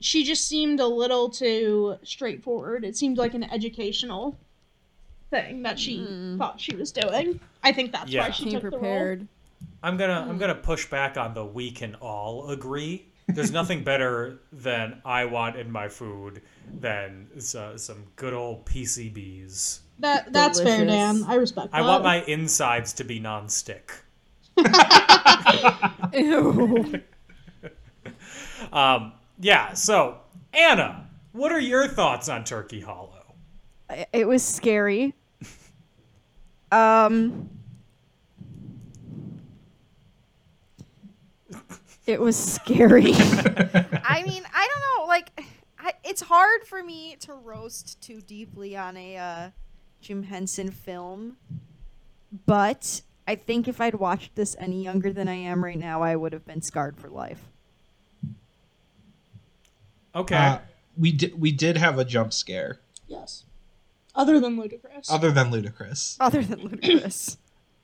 Speaker 8: she just seemed a little too straightforward. It seemed like an educational thing that she thought she was doing. I think that's
Speaker 6: Yeah.
Speaker 8: why she
Speaker 7: Came
Speaker 8: took prepared.
Speaker 7: prepared.
Speaker 6: I'm gonna
Speaker 8: Hmm.
Speaker 6: I'm gonna push back on the we can all agree. There's nothing better than I want in my food than s- uh, some good old PCBs.
Speaker 8: the role. That that's fair,
Speaker 7: Delicious.
Speaker 8: Dan. I respect.
Speaker 6: I
Speaker 8: that.
Speaker 6: want my insides to be nonstick.
Speaker 7: Ew.
Speaker 6: Um, yeah. So Anna, what are your thoughts on Turkey Hollow?
Speaker 7: I- it was scary. Um It was scary.
Speaker 12: I mean, I don't know. Like, I, it's hard for me to roast too deeply on a uh, Jim Henson film,
Speaker 7: but I think if I'd watched this any younger than I am right now, I would have been scarred for life.
Speaker 6: Okay.
Speaker 5: uh, we did we did have a jump scare
Speaker 8: yes. Other than ludicrous.
Speaker 5: other than ludicrous?
Speaker 7: Other than ludicrous.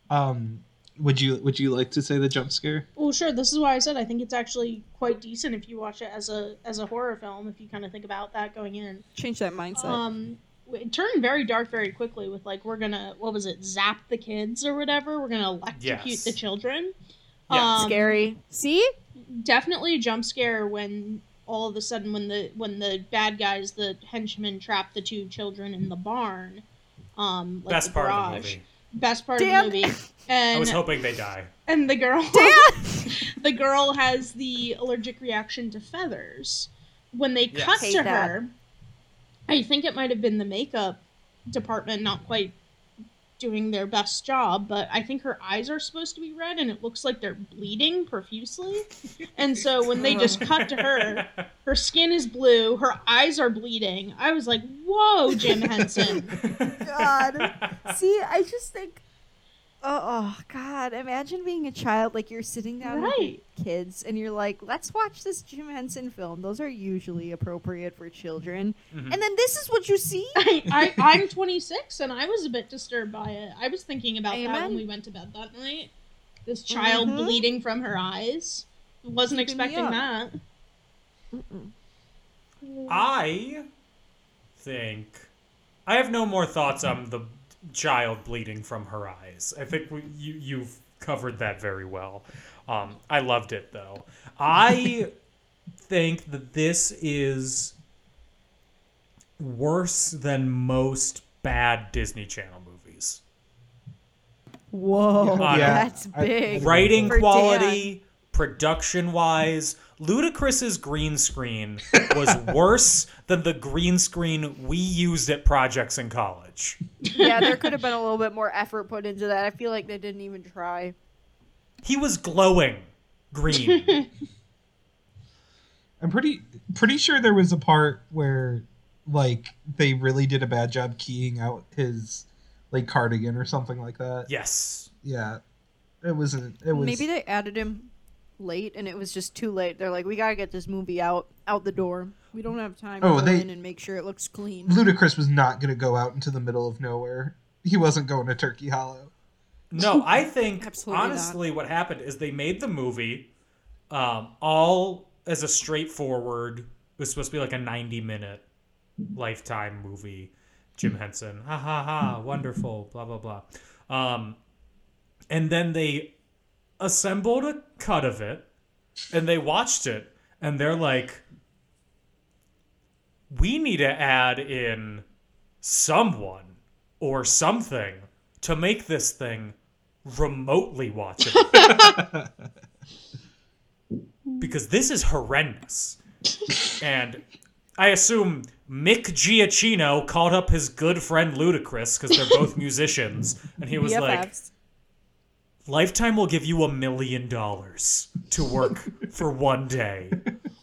Speaker 5: Um, would you would you like to say the jump scare?
Speaker 8: Well, sure. This is why I said I think it's actually quite decent if you watch it as a as a horror film. If you kind of think about that going in.
Speaker 7: Change that mindset.
Speaker 8: Um, it turned very dark very quickly with like we're gonna what was it zap the kids or whatever we're gonna electrocute
Speaker 6: Yes.
Speaker 8: the children.
Speaker 6: Yeah.
Speaker 8: Um,
Speaker 7: scary. See?
Speaker 8: Definitely a jump scare when all of a sudden when the when the bad guys the henchmen trap the two children in the barn. Um, like
Speaker 6: Best
Speaker 8: the
Speaker 6: part
Speaker 8: garage.
Speaker 6: of the movie.
Speaker 8: Best part
Speaker 7: Dan-
Speaker 8: of the movie.
Speaker 6: I was
Speaker 8: And
Speaker 6: hoping they die.
Speaker 8: and the girl the girl has the allergic reaction to feathers when they
Speaker 6: Yes.
Speaker 8: cut
Speaker 12: Hate
Speaker 8: to
Speaker 12: that.
Speaker 8: her i think it might have been the makeup department not quite doing their best job but i think her eyes are supposed to be red and it looks like they're bleeding profusely and so when they just cut to her her skin is blue her eyes are bleeding i was like whoa jim henson
Speaker 12: God. See, I just think, oh, oh, God, imagine being a child. Like, you're sitting down with
Speaker 8: right
Speaker 12: your kids and you're like, let's watch this Jim Henson film. Those are usually appropriate for children. And then this is what you see?
Speaker 8: I, I, I'm 26 and I was a bit disturbed by it. I was thinking about that
Speaker 12: Amen.
Speaker 8: when we went to bed that night. This
Speaker 7: Uh-huh.
Speaker 8: child
Speaker 12: Mhm.
Speaker 8: bleeding from her eyes. Wasn't
Speaker 12: Keeping me
Speaker 8: expecting
Speaker 12: up.
Speaker 8: that.
Speaker 6: I think I have no more thoughts on the child bleeding from her eyes. I think we, you you've covered that very well. Um, I loved it though. I think that this is worse than most bad Disney Channel movies.
Speaker 7: Whoa.
Speaker 6: Uh,
Speaker 7: That's big.
Speaker 6: writing
Speaker 12: For
Speaker 6: quality, production wise, Ludacris's green screen was worse than the green screen we used at projects in college.
Speaker 7: yeah, there could have been a little bit more effort put into that. I feel like they didn't even try.
Speaker 6: He was glowing green.
Speaker 5: I'm pretty pretty sure there was a part where like they really did a bad job keying out his like cardigan or something like that.
Speaker 6: yes.
Speaker 5: Yeah. It wasn't it was
Speaker 7: Maybe they added him late and it was just too late. They're like, we got to get this movie out out the door. We don't have time to
Speaker 5: Oh,
Speaker 7: go
Speaker 5: they-
Speaker 7: in and make sure it looks clean.
Speaker 5: Ludacris was not gonna go out into the middle of nowhere. He wasn't going to Turkey Hollow.
Speaker 6: No, I think
Speaker 7: Absolutely not.
Speaker 6: honestly what happened is they made the movie um, all as a straightforward it was supposed to be like a 90 minute lifetime movie.
Speaker 7: Hmm.
Speaker 6: Jim Henson. Ha ha ha, wonderful, blah blah blah. Um, and then they assembled a cut of it and they watched it and they're like, we need to add in someone or something to make this thing remotely watchable. because this is horrendous. And I assume Mick Giacchino called up his good friend Ludacris because they're both musicians, and he was like,
Speaker 13: BFFs.
Speaker 6: "Lifetime will give you a million dollars to work for one day.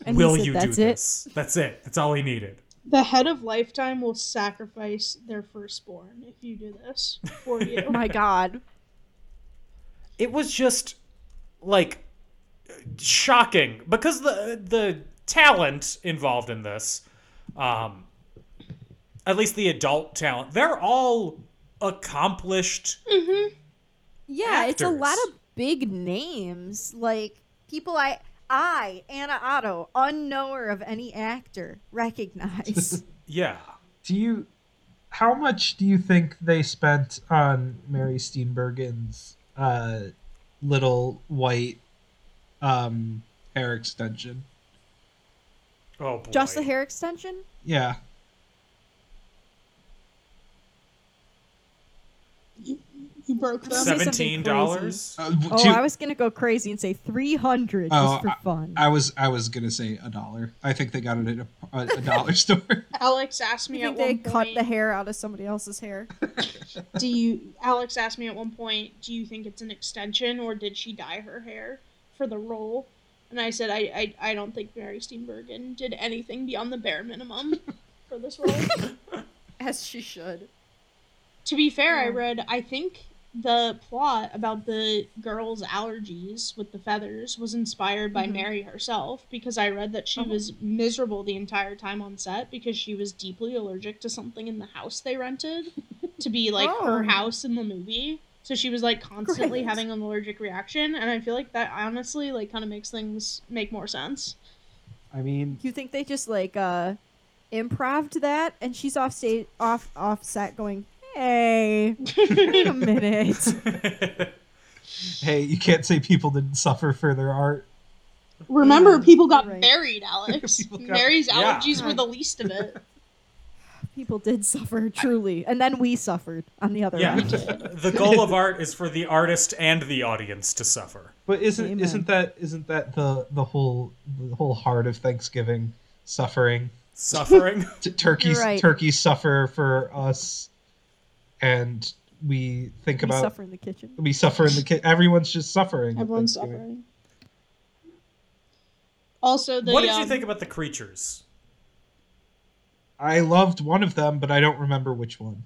Speaker 7: And he
Speaker 6: will
Speaker 7: said,
Speaker 6: you
Speaker 7: "That's
Speaker 6: do
Speaker 7: it?"
Speaker 6: this? That's it. That's all he needed."
Speaker 8: The head of Lifetime will sacrifice their firstborn if you do this for you.
Speaker 7: Oh My God.
Speaker 6: it was just like shocking because the the talent involved in this um at least the adult talent they're all accomplished
Speaker 13: Yeah, it's a lot
Speaker 6: actors.
Speaker 13: of big names. Like people I I, Anna Otto, unknower of any actor, recognize.
Speaker 6: yeah
Speaker 5: Do you? How much do you think they spent on Mary Steenburgen's uh, little white um, hair extension?
Speaker 6: oh boy.
Speaker 7: Just the hair extension?
Speaker 5: Yeah,
Speaker 8: You broke them.
Speaker 7: Seven-
Speaker 6: seventeen dollars
Speaker 5: Uh, w-
Speaker 7: Oh,
Speaker 5: two-
Speaker 7: I was going to go crazy and say 300
Speaker 5: Oh,
Speaker 7: just for fun.
Speaker 5: I was I was gonna say a dollar. I think they got it at a, a, a dollar store.
Speaker 8: Alex asked me
Speaker 7: you
Speaker 8: at
Speaker 7: think
Speaker 8: one
Speaker 7: they
Speaker 8: point.
Speaker 7: cut the hair out of somebody else's hair?
Speaker 8: do you? Alex asked me at one point. Do you think it's an extension or did she dye her hair for the role? And I said, I I, I don't think Mary Steenburgen did anything beyond the bare minimum for this role.
Speaker 13: as she should.
Speaker 8: To be fair, I read, I think the plot about the girl's allergies with the feathers was inspired by Mary herself because I read that she was miserable the entire time on set because she was deeply allergic to something in the house they rented to be like her
Speaker 7: Oh.
Speaker 8: house in the movie. So she was like constantly having an allergic reaction and I feel like that honestly like kind of makes things make more sense.
Speaker 5: I mean,
Speaker 7: You think they just like uh improved that and she's off stage off off set going, "Hey, wait a minute."
Speaker 5: hey, you can't say people didn't suffer for their art.
Speaker 8: Remember people got
Speaker 7: right.
Speaker 8: buried, Alex.
Speaker 5: People got-
Speaker 8: Mary's
Speaker 6: Yeah.
Speaker 8: allergies were the least of it.
Speaker 7: People did suffer truly, and then we suffered on the other
Speaker 6: yeah
Speaker 7: end.
Speaker 6: the goal of art is for the artist and the audience to suffer
Speaker 5: But isn't
Speaker 7: Amen.
Speaker 5: isn't that isn't that the the whole the whole heart of Thanksgiving suffering?
Speaker 6: suffering
Speaker 5: T- turkeys
Speaker 7: You're right.
Speaker 5: turkeys suffer for us, and we think
Speaker 7: We
Speaker 5: about
Speaker 7: suffer in the kitchen.
Speaker 5: we suffer in the ki- everyone's just suffering. at
Speaker 8: Everyone's
Speaker 5: Thanksgiving.
Speaker 8: suffering. Also, the
Speaker 6: what did
Speaker 8: um,
Speaker 6: you think about the creatures
Speaker 5: I loved one of them, but I don't remember which one.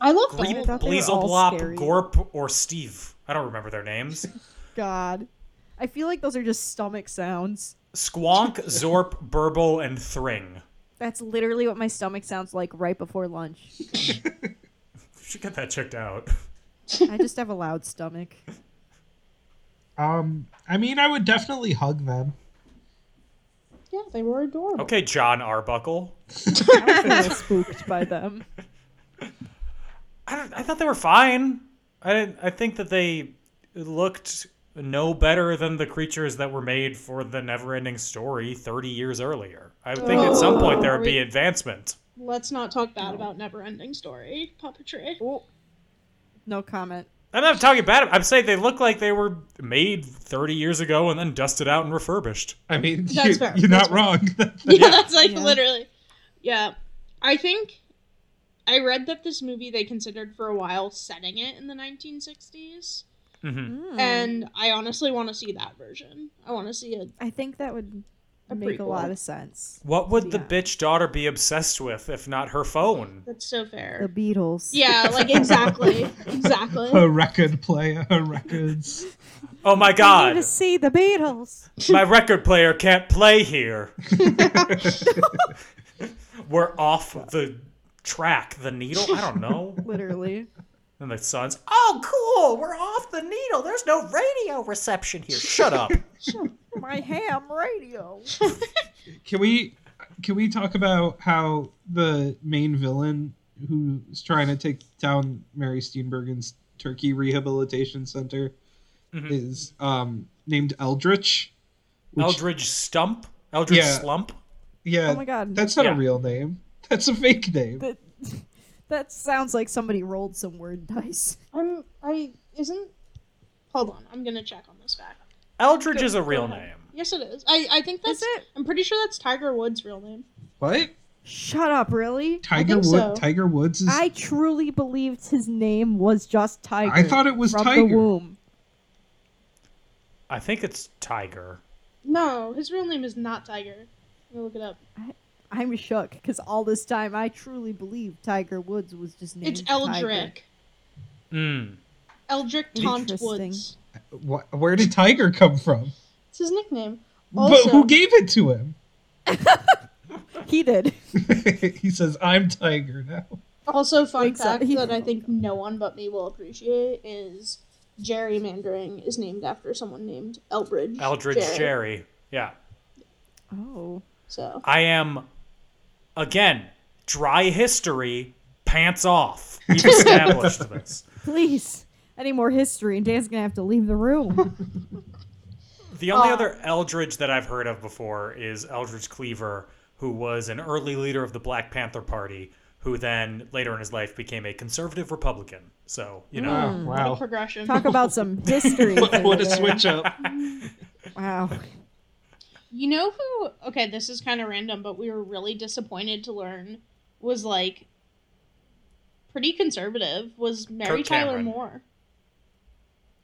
Speaker 8: I love
Speaker 7: I
Speaker 6: Gleep,
Speaker 8: them.
Speaker 7: thought they were all
Speaker 6: Bleazelblop,
Speaker 7: scary.
Speaker 6: Gorp, or Steve? I don't remember their names.
Speaker 7: God, I feel like those are just stomach sounds.
Speaker 6: Squonk, Zorp, Burble, and Thring.
Speaker 7: That's literally what my stomach sounds like right before lunch.
Speaker 6: You should get that checked out.
Speaker 7: I just have a loud stomach.
Speaker 5: Um, I mean, I would definitely hug them.
Speaker 8: Yeah, they were adorable.
Speaker 6: Okay, John Arbuckle.
Speaker 7: I was a little spooked by them.
Speaker 6: I, don't, I thought they were fine. I didn't, I think that they looked no better than the creatures that were made for the Neverending Story 30 years earlier. I would think at some
Speaker 7: Oh.
Speaker 6: point there would be advancement.
Speaker 8: Let's not talk bad about Never Ending Story puppetry.
Speaker 7: Oh, no comment.
Speaker 6: I'm not talking bad. I'm saying they look like they were made 30 years ago and then dusted out and refurbished.
Speaker 5: I mean,
Speaker 8: That's
Speaker 5: you,
Speaker 8: fair.
Speaker 5: you're
Speaker 8: That's
Speaker 5: not wrong.
Speaker 8: Yeah, that's like
Speaker 7: Yeah.
Speaker 8: literally. Yeah, I think I read that this movie they considered for a while setting it in the 1960s,
Speaker 6: hmm
Speaker 8: and I honestly want to see that version. I want to see it.
Speaker 7: I think that would
Speaker 8: A
Speaker 7: make a
Speaker 8: prequel.
Speaker 7: lot of sense.
Speaker 6: What would the
Speaker 7: Yeah.
Speaker 6: bitch daughter be obsessed with if not her phone?
Speaker 8: That's so
Speaker 7: The
Speaker 8: fair.
Speaker 7: Beatles.
Speaker 8: Yeah, like exactly, exactly.
Speaker 5: a record player, a records.
Speaker 6: Oh my
Speaker 7: I need
Speaker 6: god,
Speaker 7: to see the Beatles.
Speaker 6: my record player can't play here. We're off the track, the needle? I don't know.
Speaker 7: Literally.
Speaker 6: And the son's, oh cool, we're off the needle. There's no radio reception here. Shut up.
Speaker 7: My ham radio.
Speaker 5: Can we can we talk about how the main villain who's trying to take down Mary Steenburgen's turkey rehabilitation center
Speaker 6: Mhm.
Speaker 5: is um, named Eldritch. which-
Speaker 6: Eldridge Stump? Eldridge
Speaker 5: Yeah.
Speaker 6: Slump?
Speaker 5: Yeah,
Speaker 7: Oh my god.
Speaker 5: that's not
Speaker 6: Yeah.
Speaker 5: a real name. That's a fake name.
Speaker 7: That, that sounds like somebody rolled some word dice.
Speaker 8: I'm. I isn't. Hold on. I'm gonna check on this fact.
Speaker 6: Eldridge
Speaker 8: Go-
Speaker 6: is a
Speaker 8: go
Speaker 6: real
Speaker 8: ahead.
Speaker 6: name.
Speaker 8: Yes, it is. I, I think that's.
Speaker 7: Is it?
Speaker 8: I'm pretty sure that's Tiger Woods' real name.
Speaker 5: What?
Speaker 7: Shut up, really?
Speaker 5: Tiger
Speaker 8: think
Speaker 5: Woods?
Speaker 8: so.
Speaker 5: Tiger Woods is.
Speaker 7: I truly believed his name was just Tiger.
Speaker 5: I thought it was
Speaker 7: from
Speaker 5: Tiger.
Speaker 7: the womb.
Speaker 6: I think it's Tiger.
Speaker 8: No, his real name is not Tiger. Let me look it up.
Speaker 7: I'm shook because all this time I truly believed Tiger Woods was just named
Speaker 8: it's
Speaker 7: Tiger.
Speaker 8: Eldrick.
Speaker 6: Mm.
Speaker 8: Eldrick Taunt
Speaker 7: Interesting.
Speaker 8: Woods.
Speaker 5: Wh- where did Tiger come from?
Speaker 8: It's his nickname.
Speaker 5: but
Speaker 8: Also-
Speaker 5: who gave it to him?
Speaker 7: He did.
Speaker 5: he says, "I'm Tiger now."
Speaker 8: Also, fun
Speaker 7: Wakes up-
Speaker 8: fact
Speaker 7: he-
Speaker 8: that I think no one but me will appreciate is gerrymandering is named after someone named Elbridge.
Speaker 6: Eldridge Jerry. Yeah.
Speaker 7: Oh.
Speaker 8: So
Speaker 6: I am, again, dry history, pants off. We've established this.
Speaker 7: Please. Any more history, and Dan's gonna have to leave the room.
Speaker 6: The only
Speaker 8: Uh,
Speaker 6: other Eldridge that I've heard of before is Eldridge Cleaver, who was an early leader of the Black Panther Party, who then later in his life became a conservative Republican. So, you know,
Speaker 7: Hmm,
Speaker 5: Oh, wow.
Speaker 8: progression.
Speaker 7: Talk about some history.
Speaker 5: What, what a
Speaker 7: over there.
Speaker 5: switch up.
Speaker 7: Wow.
Speaker 8: You know who? Okay, this is kind of random, but we were really disappointed to learn was like pretty conservative. Was Mary
Speaker 6: Kirk
Speaker 8: Tyler
Speaker 6: Cameron.
Speaker 8: Moore?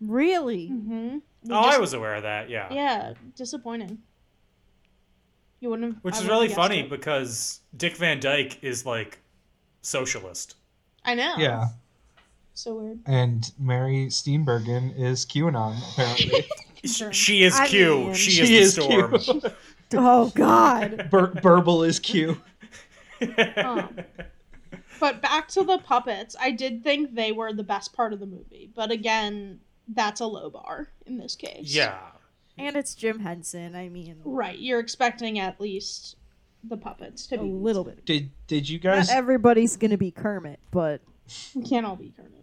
Speaker 7: Really?
Speaker 8: Mm-hmm.
Speaker 6: oh, I was aware of that, yeah.
Speaker 8: Yeah, disappointing. You wouldn't. have-
Speaker 6: Which
Speaker 8: I
Speaker 6: is
Speaker 8: wouldn't
Speaker 6: really
Speaker 8: have
Speaker 6: funny
Speaker 8: guessed it.
Speaker 6: because Dick Van Dyke is like socialist.
Speaker 8: I know.
Speaker 5: Yeah,
Speaker 8: So weird.
Speaker 5: and Mary Steenburgen is QAnon apparently.
Speaker 6: Sh- She is
Speaker 7: I
Speaker 6: Q.
Speaker 7: mean-
Speaker 6: she,
Speaker 5: she is
Speaker 6: is the storm.
Speaker 5: Q.
Speaker 7: Oh God.
Speaker 5: Bur- Burble is Q.
Speaker 8: Um, but back to the puppets, I did think they were the best part of the movie, but again, that's a low bar in this case.
Speaker 6: Yeah.
Speaker 7: And it's Jim Henson. I mean,
Speaker 8: Right. You're expecting at least the puppets to
Speaker 7: a
Speaker 8: be
Speaker 7: little bit.
Speaker 5: Did Did you
Speaker 7: Not
Speaker 5: guys
Speaker 7: everybody's gonna be Kermit, but
Speaker 8: We can't all be Kermit.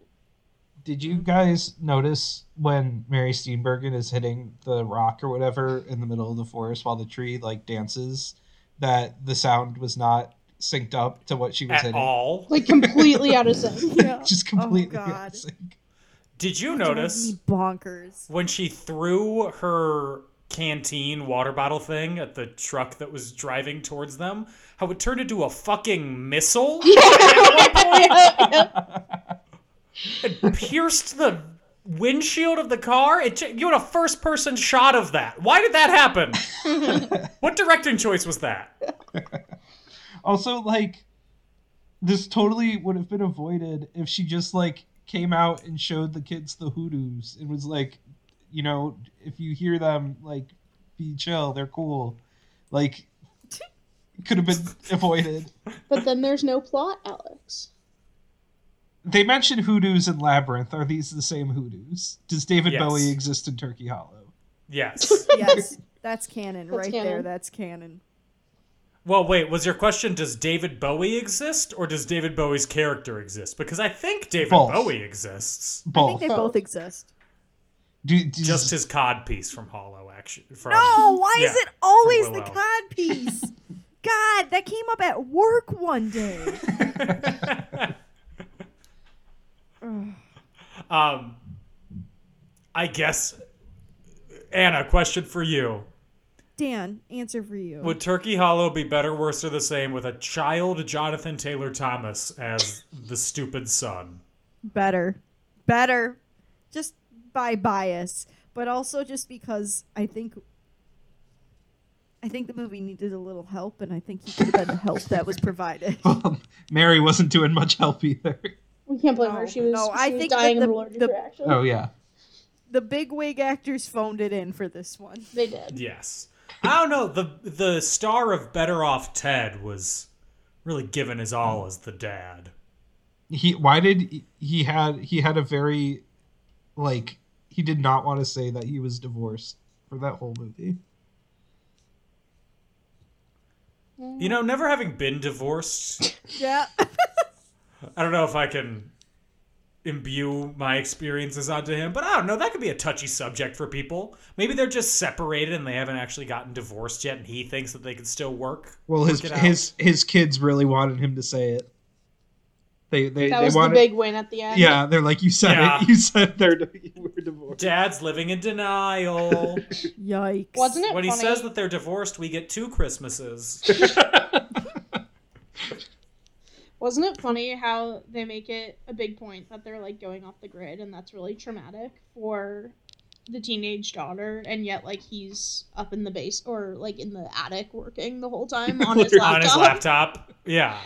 Speaker 5: Did you guys notice when Mary Steenburgen is hitting the rock or whatever in the middle of the forest while the tree like dances that the sound was not synced up to what she was
Speaker 6: At
Speaker 5: hitting?
Speaker 6: all.
Speaker 8: Like completely out of sync.
Speaker 7: yeah.
Speaker 5: Just completely
Speaker 7: Oh,
Speaker 5: out
Speaker 7: God.
Speaker 5: of sync.
Speaker 6: Did you
Speaker 7: Drives
Speaker 6: notice
Speaker 7: me bonkers.
Speaker 6: when she threw her canteen water bottle thing at the truck that was driving towards them, how it turned into a fucking missile and pierced the windshield of the car? It, ju- you had a first person shot of that. Why did that happen? what directing choice was that?
Speaker 5: Also, like this totally would have been avoided if she just like came out and showed the kids the hoodoos and was like, you know, if you hear them, like, be chill, they're cool. Like, could have been avoided.
Speaker 8: But then there's no plot, Alex.
Speaker 5: They mentioned hoodoos and labyrinth. Are these the same hoodoos? Does David
Speaker 6: Yes.
Speaker 5: Bowie exist in Turkey Hollow?
Speaker 6: Yes.
Speaker 7: Yes, that's canon
Speaker 8: That's
Speaker 7: right there.
Speaker 8: canon.
Speaker 7: That's canon.
Speaker 6: Well, wait, was your question does David Bowie exist or does David Bowie's character exist? Because I think David
Speaker 5: Both.
Speaker 6: Bowie exists.
Speaker 7: I think
Speaker 5: Both.
Speaker 7: they both exist.
Speaker 5: Do, do-
Speaker 6: Just his cod piece from Hollow Action. From,
Speaker 7: No, Oh, why is
Speaker 6: Yeah,
Speaker 7: it always
Speaker 6: from
Speaker 7: the
Speaker 6: Willow.
Speaker 7: cod piece? God, that came up at work one day.
Speaker 6: Um, I guess, Anna, question for you.
Speaker 7: Dan, answer for you.
Speaker 6: Would Turkey Hollow be better, worse, or the same with a child Jonathan Taylor Thomas as the stupid son?
Speaker 7: Better. Better. Just by bias, but also just because I think I think the movie needed a little help and I think he could have been the help that was provided.
Speaker 5: Mary wasn't doing much help either.
Speaker 8: We can't blame
Speaker 7: No,
Speaker 8: her. She was,
Speaker 7: no,
Speaker 8: she
Speaker 7: I
Speaker 8: was
Speaker 7: think
Speaker 8: dying
Speaker 7: that
Speaker 8: of
Speaker 7: the-
Speaker 8: allergic
Speaker 7: the-
Speaker 8: reaction.
Speaker 5: Oh yeah.
Speaker 7: The big wig actors phoned it in for this one.
Speaker 8: They did.
Speaker 6: Yes. I don't know. The the star of Better Off Ted was really giving his all as the dad.
Speaker 5: He why did he had he had a very like he did not want to say that he was divorced for that whole movie.
Speaker 6: You know, never having been divorced,
Speaker 7: Yeah.
Speaker 6: I don't know if I can imbue my experiences onto him. But I don't know. That could be a touchy subject for people. Maybe they're just separated and they haven't actually gotten divorced yet, and he thinks that they could still work.
Speaker 5: Well, his
Speaker 6: work it out.
Speaker 5: his his kids really wanted him to say it. They they
Speaker 8: That
Speaker 5: they
Speaker 8: was
Speaker 5: wanted.
Speaker 8: the big win at the end.
Speaker 5: yeah, they're like you said.
Speaker 6: Yeah.
Speaker 5: It. You said they're you were divorced.
Speaker 6: Dad's living in denial.
Speaker 7: Yikes.
Speaker 8: Wasn't it
Speaker 6: when
Speaker 8: funny?
Speaker 6: he says that they're divorced, we get two Christmases.
Speaker 8: Wasn't it funny how they make it a big point that they're like going off the grid and that's really traumatic for the teenage daughter and yet like he's up in the base or like in the attic working the whole time on his laptop.
Speaker 6: on his laptop. Yeah.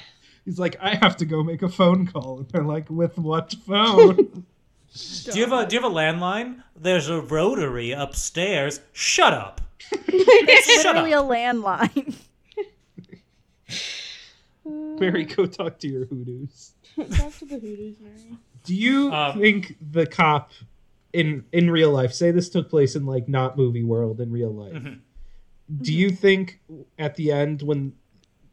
Speaker 5: He's like, I have to go make a phone call, and they're like, with what phone?
Speaker 6: Do you have a do you have a landline? There's a rotary upstairs. Shut up.
Speaker 7: It's
Speaker 6: Shut
Speaker 7: literally a landline.
Speaker 5: Mary, go talk to your hoodoos.
Speaker 8: Talk to the hoodoos, Mary.
Speaker 5: Do you
Speaker 6: Um,
Speaker 5: think the cop in in real life, say this took place in like not movie world in real life,
Speaker 6: Mhm.
Speaker 5: do you think at the end when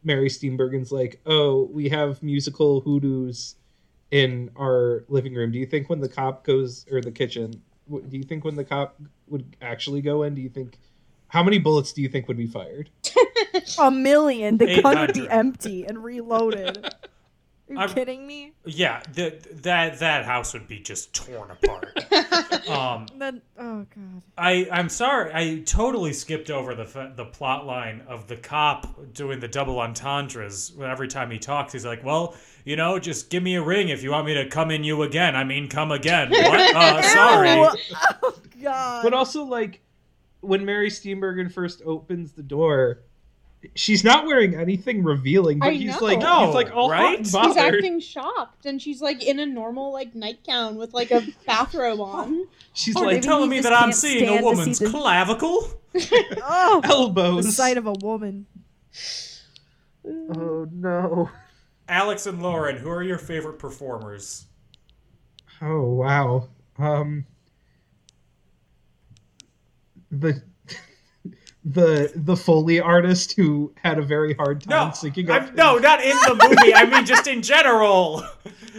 Speaker 5: Mary Steenburgen's like, "Oh, we have musical hoodoos in our living room," do you think when the cop goes or the kitchen, w- do you think when the cop would actually go in, do you think how many bullets do you think would be fired?
Speaker 7: a million. The gun would
Speaker 6: 800.
Speaker 7: be empty and reloaded. Are you
Speaker 6: I'm-
Speaker 7: kidding me?
Speaker 6: Yeah, the, that that house would be just torn apart. um,
Speaker 7: Then, oh god.
Speaker 6: I I'm sorry, I totally skipped over the fa- the plot line of the cop doing the double entendres. Every time he talks, he's like, "Well, you know, just give me a ring if you want me to come in you again. I mean, come again. What? Uh,
Speaker 7: Ew.
Speaker 6: sorry.
Speaker 7: Oh god.
Speaker 5: But also, like, when Mary Steenburgen first opens the door, she's not wearing anything revealing, but
Speaker 8: I
Speaker 5: he's
Speaker 8: know.
Speaker 5: like,
Speaker 6: No,
Speaker 5: he's like all
Speaker 6: right?
Speaker 5: hot and
Speaker 6: He's
Speaker 5: bothered.
Speaker 8: He's acting shocked and she's like in a normal like nightgown with like a bathrobe on.
Speaker 5: She's
Speaker 7: Oh,
Speaker 6: Are you
Speaker 5: like
Speaker 7: maybe-
Speaker 6: telling
Speaker 7: he
Speaker 6: me
Speaker 7: just
Speaker 6: that I'm
Speaker 7: can't
Speaker 6: seeing
Speaker 7: stand
Speaker 6: a
Speaker 7: to
Speaker 6: woman's
Speaker 7: see the-
Speaker 6: clavicle?
Speaker 7: oh, the
Speaker 5: elbows.
Speaker 7: sight of a woman.
Speaker 5: oh no!
Speaker 6: Alex and Lauren, who are your favorite performers?
Speaker 5: Oh wow. Um. The. The the Foley artist who had a very hard time
Speaker 6: No,
Speaker 5: syncing
Speaker 6: I'm-
Speaker 5: up. his-
Speaker 6: no, not in the movie. I mean, just in general.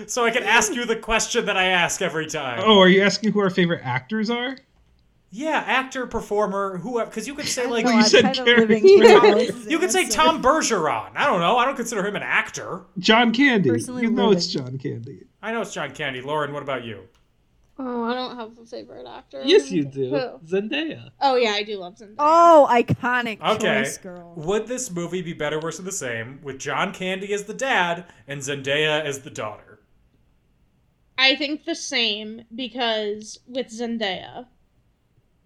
Speaker 6: So I can ask you the question that I ask every time.
Speaker 5: Oh, are you asking who our favorite actors are?
Speaker 6: Yeah, actor, performer, whoever. Because you could say like
Speaker 7: No,
Speaker 5: you
Speaker 7: I'm
Speaker 5: said
Speaker 7: kind of
Speaker 5: Karen.
Speaker 7: living
Speaker 5: Yeah.
Speaker 7: for Alex's
Speaker 6: you could say
Speaker 7: answer.
Speaker 6: Tom Bergeron. I don't know. I don't consider him an actor.
Speaker 5: John Candy.
Speaker 7: Personally
Speaker 5: you know it's
Speaker 7: living.
Speaker 5: John Candy.
Speaker 6: I know it's John Candy. Lauren, what about you?
Speaker 8: Oh, I don't have a favorite actor.
Speaker 5: Zendaya.
Speaker 8: Oh yeah, I do love Zendaya.
Speaker 7: Oh, iconic
Speaker 6: Okay.
Speaker 7: choice, girl.
Speaker 6: Would this movie be better, worse, or the same with John Candy as the dad and Zendaya as the daughter?
Speaker 8: I think the same because with Zendaya,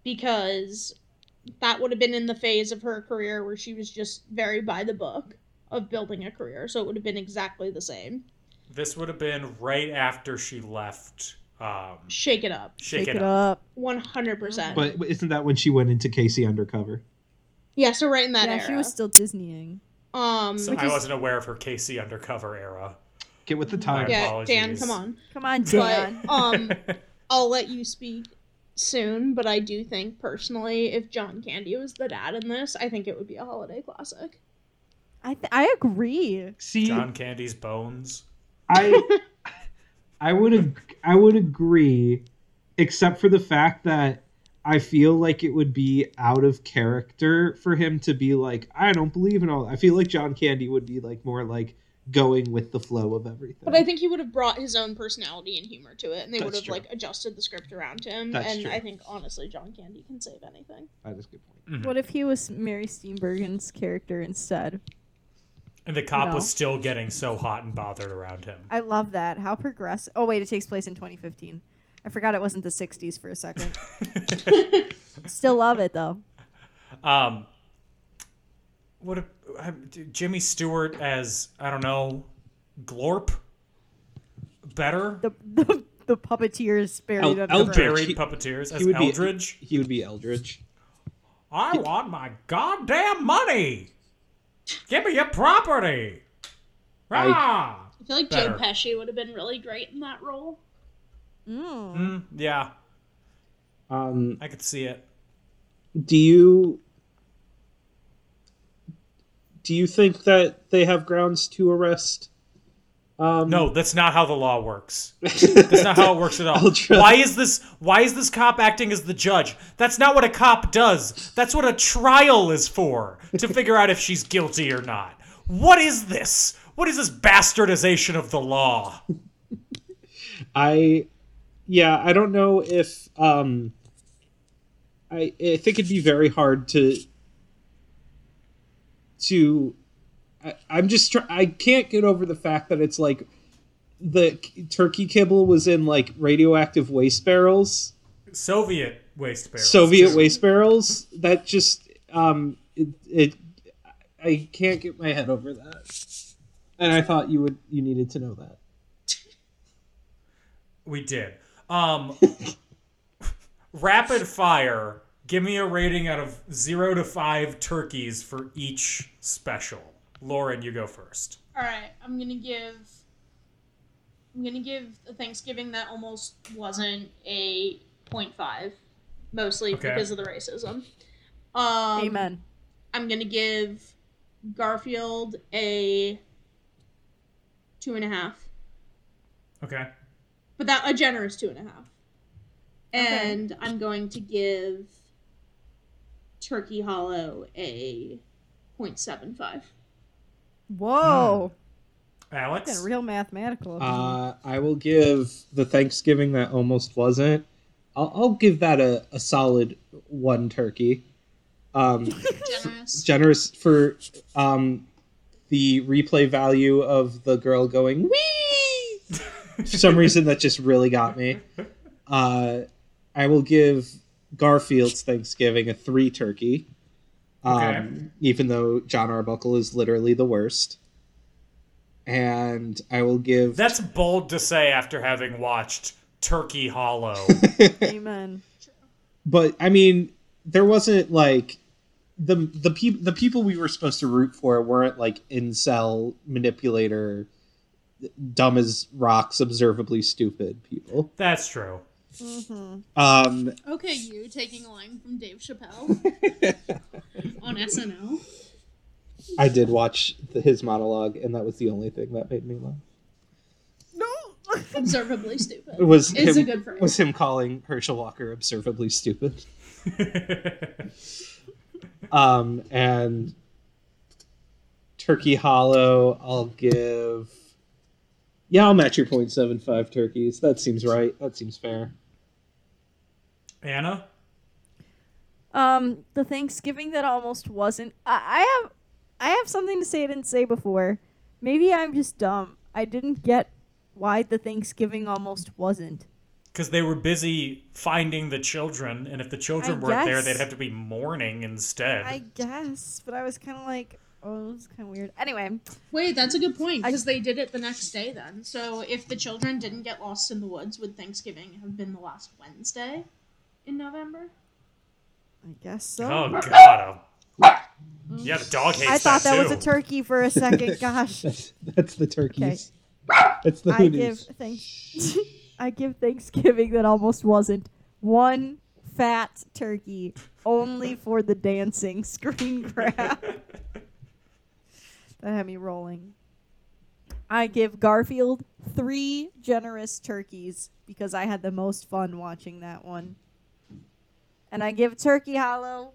Speaker 8: because that would have been in the phase of her career where she was just very by the book of building a career, so it would have been exactly the same.
Speaker 6: This would have been right after she left. Um,
Speaker 8: Shake it up,
Speaker 6: Shake,
Speaker 7: it up.
Speaker 8: one hundred percent.
Speaker 5: But isn't that when she went into Casey undercover?
Speaker 8: Yeah, so right in that
Speaker 7: Yeah,
Speaker 8: era,
Speaker 7: she was still Disneying.
Speaker 8: um,
Speaker 6: So I wasn't aware of her KC undercover era.
Speaker 5: Get with the time.
Speaker 8: yeah, Dan,
Speaker 6: apologies.
Speaker 8: come on.
Speaker 7: Come on,
Speaker 8: But
Speaker 7: Dan.
Speaker 8: um, I'll let you speak soon. But I do think personally, if John Candy was the dad in this, I think it would be a holiday classic.
Speaker 7: I th- I agree.
Speaker 5: See,
Speaker 6: John Candy's bones.
Speaker 5: I, I would, ag- I would agree, except for the fact that I feel like it would be out of character for him to be like, I don't believe in all. I feel like John Candy would be like more like going with the flow of everything.
Speaker 8: But I think he would have brought his own personality and humor to it, and they would
Speaker 5: That's
Speaker 8: have
Speaker 5: true.
Speaker 8: like adjusted the script around him.
Speaker 5: That's
Speaker 8: and
Speaker 5: true.
Speaker 8: I think honestly, John Candy can save anything.
Speaker 5: that is a good point.
Speaker 7: What if he was Mary Steenburgen's character instead?
Speaker 6: And the cop
Speaker 7: No.
Speaker 6: was still getting so hot and bothered around him.
Speaker 7: I love that. How progressive. Oh wait, it takes place in 2015. I forgot it wasn't the 60s for a second. Still love it though.
Speaker 6: Um, what a, um, Jimmy Stewart as I don't know, Glorp. Better
Speaker 7: The the, the puppeteers buried
Speaker 5: El-
Speaker 7: under.
Speaker 5: Elder.
Speaker 6: buried
Speaker 5: he-
Speaker 6: puppeteers as
Speaker 5: he would be-
Speaker 6: Eldridge.
Speaker 5: He would be Eldridge.
Speaker 6: I want my goddamn money. Give me your property.
Speaker 5: I-
Speaker 6: Rah!
Speaker 8: I feel like
Speaker 6: Better.
Speaker 8: Joe Pesci would have been really great in that role.
Speaker 7: Mm.
Speaker 6: Mm, yeah,
Speaker 5: Um,
Speaker 6: I could see it.
Speaker 5: do you do you think that they have grounds to arrest Um,
Speaker 6: No, that's not how the law works. That's not how it works at all.
Speaker 5: I'll try.
Speaker 6: Why is this why is this cop acting as the judge? That's not what a cop does. That's what a trial is for, to figure out if she's guilty or not. What is this? What is this bastardization of the law?
Speaker 5: I, yeah, I don't know if um, I I think it'd be very hard to to I, I'm just try- I can't get over the fact that it's like the k- turkey kibble was in like radioactive waste barrels,
Speaker 6: Soviet waste barrels.
Speaker 5: Soviet
Speaker 6: too.
Speaker 5: waste barrels. That just um, it, it I can't get my head over that. And I thought you would you needed to know that.
Speaker 6: We did. Um, rapid fire. Give me a rating out of zero to five turkeys for each special. Lauren, you go first.
Speaker 8: All right, I'm gonna give. I'm gonna give a Thanksgiving that almost wasn't a 0.5, mostly
Speaker 6: Okay.
Speaker 8: because of the racism. Um,
Speaker 7: Amen.
Speaker 8: I'm gonna give Garfield a two and a half,
Speaker 6: Okay.
Speaker 8: but that a generous two and a half. And I'm going to give Turkey Hollow a 0.75.
Speaker 7: Whoa.
Speaker 6: Alex?
Speaker 7: Getting real mathematical.
Speaker 5: Uh, I will give the Thanksgiving that almost wasn't. I'll, I'll give that a, a solid one turkey. Um,
Speaker 8: Generous.
Speaker 5: generous for um, the replay value of the girl going wee. for some reason, that just really got me. Uh, I will give Garfield's Thanksgiving a three turkey. Um,
Speaker 6: Okay.
Speaker 5: Even though John Arbuckle is literally the worst. And I will give
Speaker 6: That's bold to say after having watched Turkey Hollow.
Speaker 7: Amen.
Speaker 5: but I mean, there wasn't like the the people the people we were supposed to root for weren't like incel manipulator, dumb as rocks, observably stupid people.
Speaker 6: That's true.
Speaker 7: Mm-hmm.
Speaker 5: Um,
Speaker 8: Okay, you taking a line from Dave Chappelle on SNL.
Speaker 5: I did watch the, his monologue, and that was the only thing that made me laugh.
Speaker 8: Observably stupid.
Speaker 5: It was
Speaker 8: It's
Speaker 5: him,
Speaker 8: a good phrase.
Speaker 5: was him calling Herschel Walker observably stupid. um, and Turkey Hollow, I'll give. Yeah, I'll match your 0.75 turkeys. That seems right. That seems fair.
Speaker 6: Anna?
Speaker 7: Um, the Thanksgiving that almost wasn't. I, I have, I have something to say I didn't say before. Maybe I'm just dumb. I didn't get why the Thanksgiving almost wasn't.
Speaker 6: Because they were busy finding the children, and if the children
Speaker 7: I
Speaker 6: weren't there,
Speaker 7: guess.
Speaker 6: they'd have to be mourning instead.
Speaker 14: I guess, but I was kind of like, oh, it's kind of weird. Anyway,
Speaker 8: Wait, that's a good point because they did it the next day. Then, so if the children didn't get lost in the woods, would Thanksgiving have been the last Wednesday in November?
Speaker 7: I guess so.
Speaker 6: Oh, God. oh. Yeah, the dog hates
Speaker 7: I thought that,
Speaker 6: that
Speaker 7: was a
Speaker 6: too.
Speaker 7: turkey for a second. Gosh,
Speaker 5: That's, that's the turkeys. That's the
Speaker 7: I
Speaker 5: hoonies.
Speaker 7: give thanks. I give Thanksgiving that almost wasn't one fat turkey only for the dancing screen grab. that had me rolling. I give Garfield three generous turkeys because I had the most fun watching that one. And I give Turkey Hollow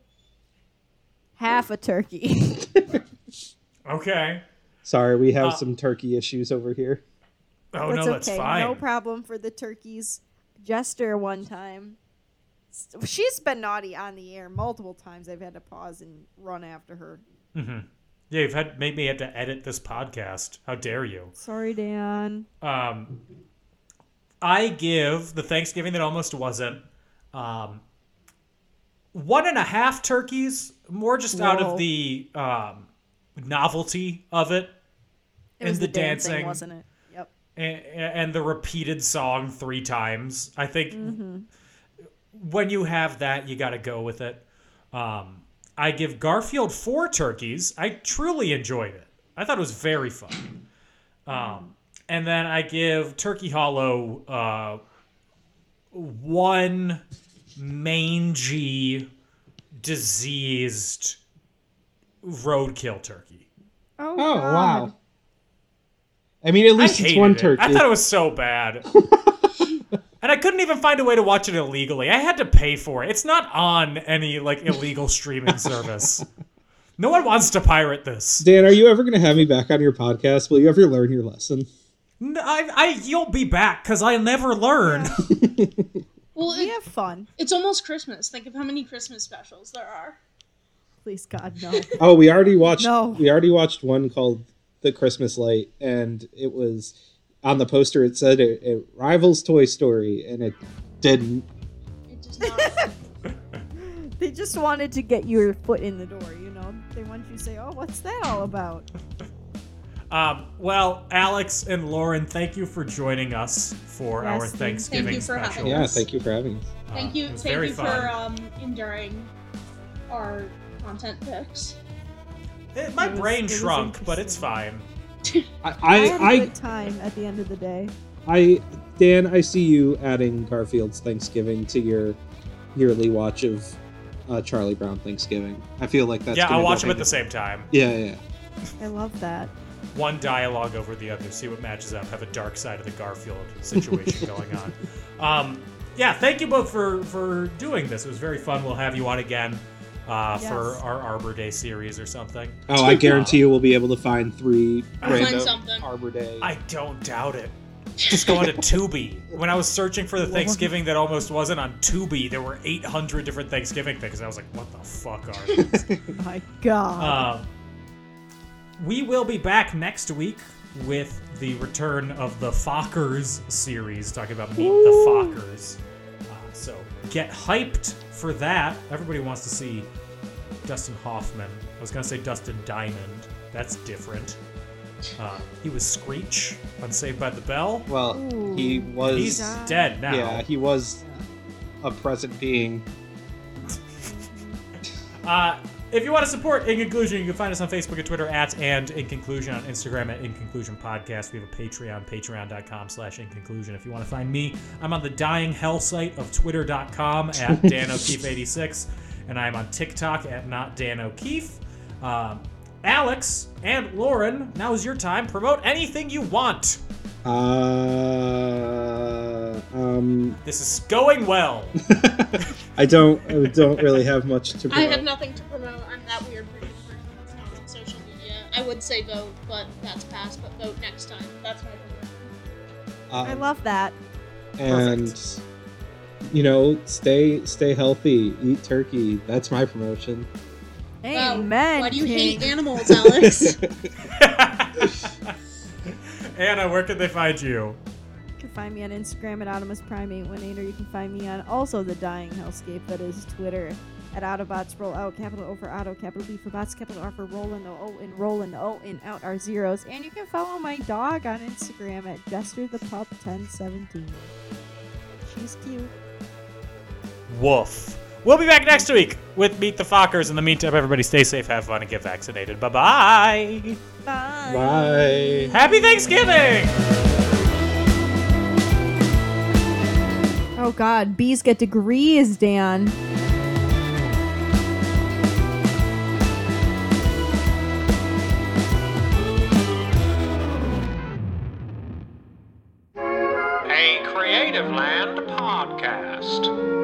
Speaker 7: half a turkey.
Speaker 6: Okay.
Speaker 5: Sorry, we have
Speaker 6: Uh,
Speaker 5: some turkey issues over here.
Speaker 6: Oh,
Speaker 7: That's
Speaker 6: no, that's
Speaker 7: okay.
Speaker 6: fine.
Speaker 7: No problem for the turkeys. Jester one time.
Speaker 14: s- she's been naughty on the air multiple times. I've had to pause and run after her.
Speaker 6: Yeah, you've had made me have to edit this podcast. How dare you?
Speaker 7: Sorry, Dan.
Speaker 6: Um, I give the Thanksgiving that almost wasn't um, one and a half turkeys, more just out
Speaker 7: Whoa.
Speaker 6: of the um, novelty of it,
Speaker 7: It
Speaker 6: And
Speaker 7: was
Speaker 6: the
Speaker 7: Dan thing,
Speaker 6: dancing.
Speaker 7: wasn't it? Yep.
Speaker 6: and, and the repeated song three times. I think when you have that, you got to go with it. Um, I give Garfield four turkeys. I truly enjoyed it. I thought it was very fun. Um, and then I give Turkey Hollow uh, one mangy, diseased roadkill turkey.
Speaker 7: Oh,
Speaker 5: Oh, wow. I mean, at least
Speaker 6: I
Speaker 5: it's
Speaker 6: hated
Speaker 5: one
Speaker 6: it.
Speaker 5: turkey.
Speaker 6: I thought it was so bad. and I couldn't even find a way to watch it illegally. I had to pay for it. It's not on any like illegal streaming service. No one wants to pirate this.
Speaker 5: Dan, are you ever going to have me back on your podcast? Will you ever learn your lesson?
Speaker 6: N- I, I, you'll be back because I'll never learn.
Speaker 8: Well, it,
Speaker 7: have fun.
Speaker 8: it's almost Christmas. Think of how many Christmas specials there are.
Speaker 7: Please God no.
Speaker 5: Oh, we already watched.
Speaker 7: No.
Speaker 5: We already watched one called "The Christmas Light," and it was on the poster. It said it, it rivals Toy Story, and it didn't.
Speaker 8: It does not.
Speaker 7: They just wanted to get your foot in the door, you know. They wanted you to say, "Oh, what's that all about?"
Speaker 6: Um, well, Alex and Lauren, thank you for joining us for
Speaker 7: Yes,
Speaker 6: our
Speaker 7: thank-
Speaker 6: Thanksgiving
Speaker 8: thank you for having
Speaker 6: special.
Speaker 8: us.
Speaker 5: Yeah, thank you for having us.
Speaker 6: Uh,
Speaker 8: Thank you,
Speaker 6: it was
Speaker 8: thank
Speaker 6: very
Speaker 8: you
Speaker 6: fun.
Speaker 8: for um, enduring our content picks.
Speaker 6: Eh, my
Speaker 7: It was- it
Speaker 6: brain
Speaker 7: was
Speaker 6: shrunk, but it's
Speaker 7: interesting.
Speaker 6: fine.
Speaker 7: I,
Speaker 5: I,
Speaker 7: had a
Speaker 5: I,
Speaker 7: good time at the end of the day.
Speaker 5: I, I, Dan, I see you adding Garfield's Thanksgiving to your yearly watch of uh, Charlie Brown Thanksgiving. I feel like that's
Speaker 6: yeah,
Speaker 5: gonna
Speaker 6: I'll
Speaker 5: go
Speaker 6: watch them at
Speaker 5: hand
Speaker 6: the same time.
Speaker 5: in- Yeah, yeah.
Speaker 7: I love that.
Speaker 6: One dialogue over the other, see what matches up. Have a dark side of the Garfield situation going on. Um, yeah, thank you both for for doing this. It was very fun. We'll have you on again uh, for
Speaker 7: Yes.
Speaker 6: our Arbor Day series or something.
Speaker 5: Oh, I guarantee you we'll be able to find three
Speaker 8: I'll find
Speaker 5: random
Speaker 8: something.
Speaker 5: Arbor Day.
Speaker 6: I don't doubt it. Just go on to Tubi. When I was searching for the Thanksgiving that almost wasn't on Tubi, there were 800 different Thanksgiving things. I was like, what the fuck are these?
Speaker 7: My God.
Speaker 6: um, we will be back next week with the return of the Fockers series, talking about Meet the Fockers. Uh, so get hyped for that. Everybody wants to see Dustin Hoffman. I was going to say Dustin Diamond. That's different. Uh, he was Screech on Saved by the Bell.
Speaker 5: well, he was.
Speaker 6: He's dead now.
Speaker 5: Yeah, he was a present being.
Speaker 6: Uh, if you want to support In Conclusion, you can find us on Facebook and Twitter at and In Conclusion on Instagram at In Conclusion Podcast. We have a Patreon, patreon.com slash In Conclusion. If you want to find me, I'm on the dying hell site of twitter.com at Dan O'Keefe86, and I'm on TikTok at Not Dan O'Keefe. Um, Alex and Lauren, now is your time. Promote anything you want.
Speaker 5: Uh, um,
Speaker 6: This is going well.
Speaker 5: I don't. I don't really have much to.
Speaker 8: I have
Speaker 5: promote.
Speaker 8: nothing to promote. I'm that weird person that's not on social media. I would say vote, but that's past. But vote next time. That's my promotion.
Speaker 6: Uh,
Speaker 5: Um,
Speaker 7: I love that.
Speaker 5: and you know, stay stay healthy, eat turkey. That's my promotion.
Speaker 8: Wow,
Speaker 7: Amen.
Speaker 8: Why do you
Speaker 7: King.
Speaker 8: hate animals, Alex?
Speaker 6: Anna, where can they find you?
Speaker 7: You can find me on Instagram at Optimus Prime 818, or you can find me on also the dying hellscape that is Twitter at Autobots Roll Out, capital O for Auto, capital B for Bots, capital R for Roland, the O and Roland, O and out are zeros. And you can follow my dog on Instagram at Jester the Pup 1017. She's cute.
Speaker 6: Woof. We'll be back next week with Meet the Fockers. In the meantime, everybody stay safe, have fun, and get vaccinated. Bye bye.
Speaker 7: Bye.
Speaker 5: Bye.
Speaker 6: Happy Thanksgiving.
Speaker 15: Oh God, bees get degrees, Dan.
Speaker 16: A Creative Land podcast.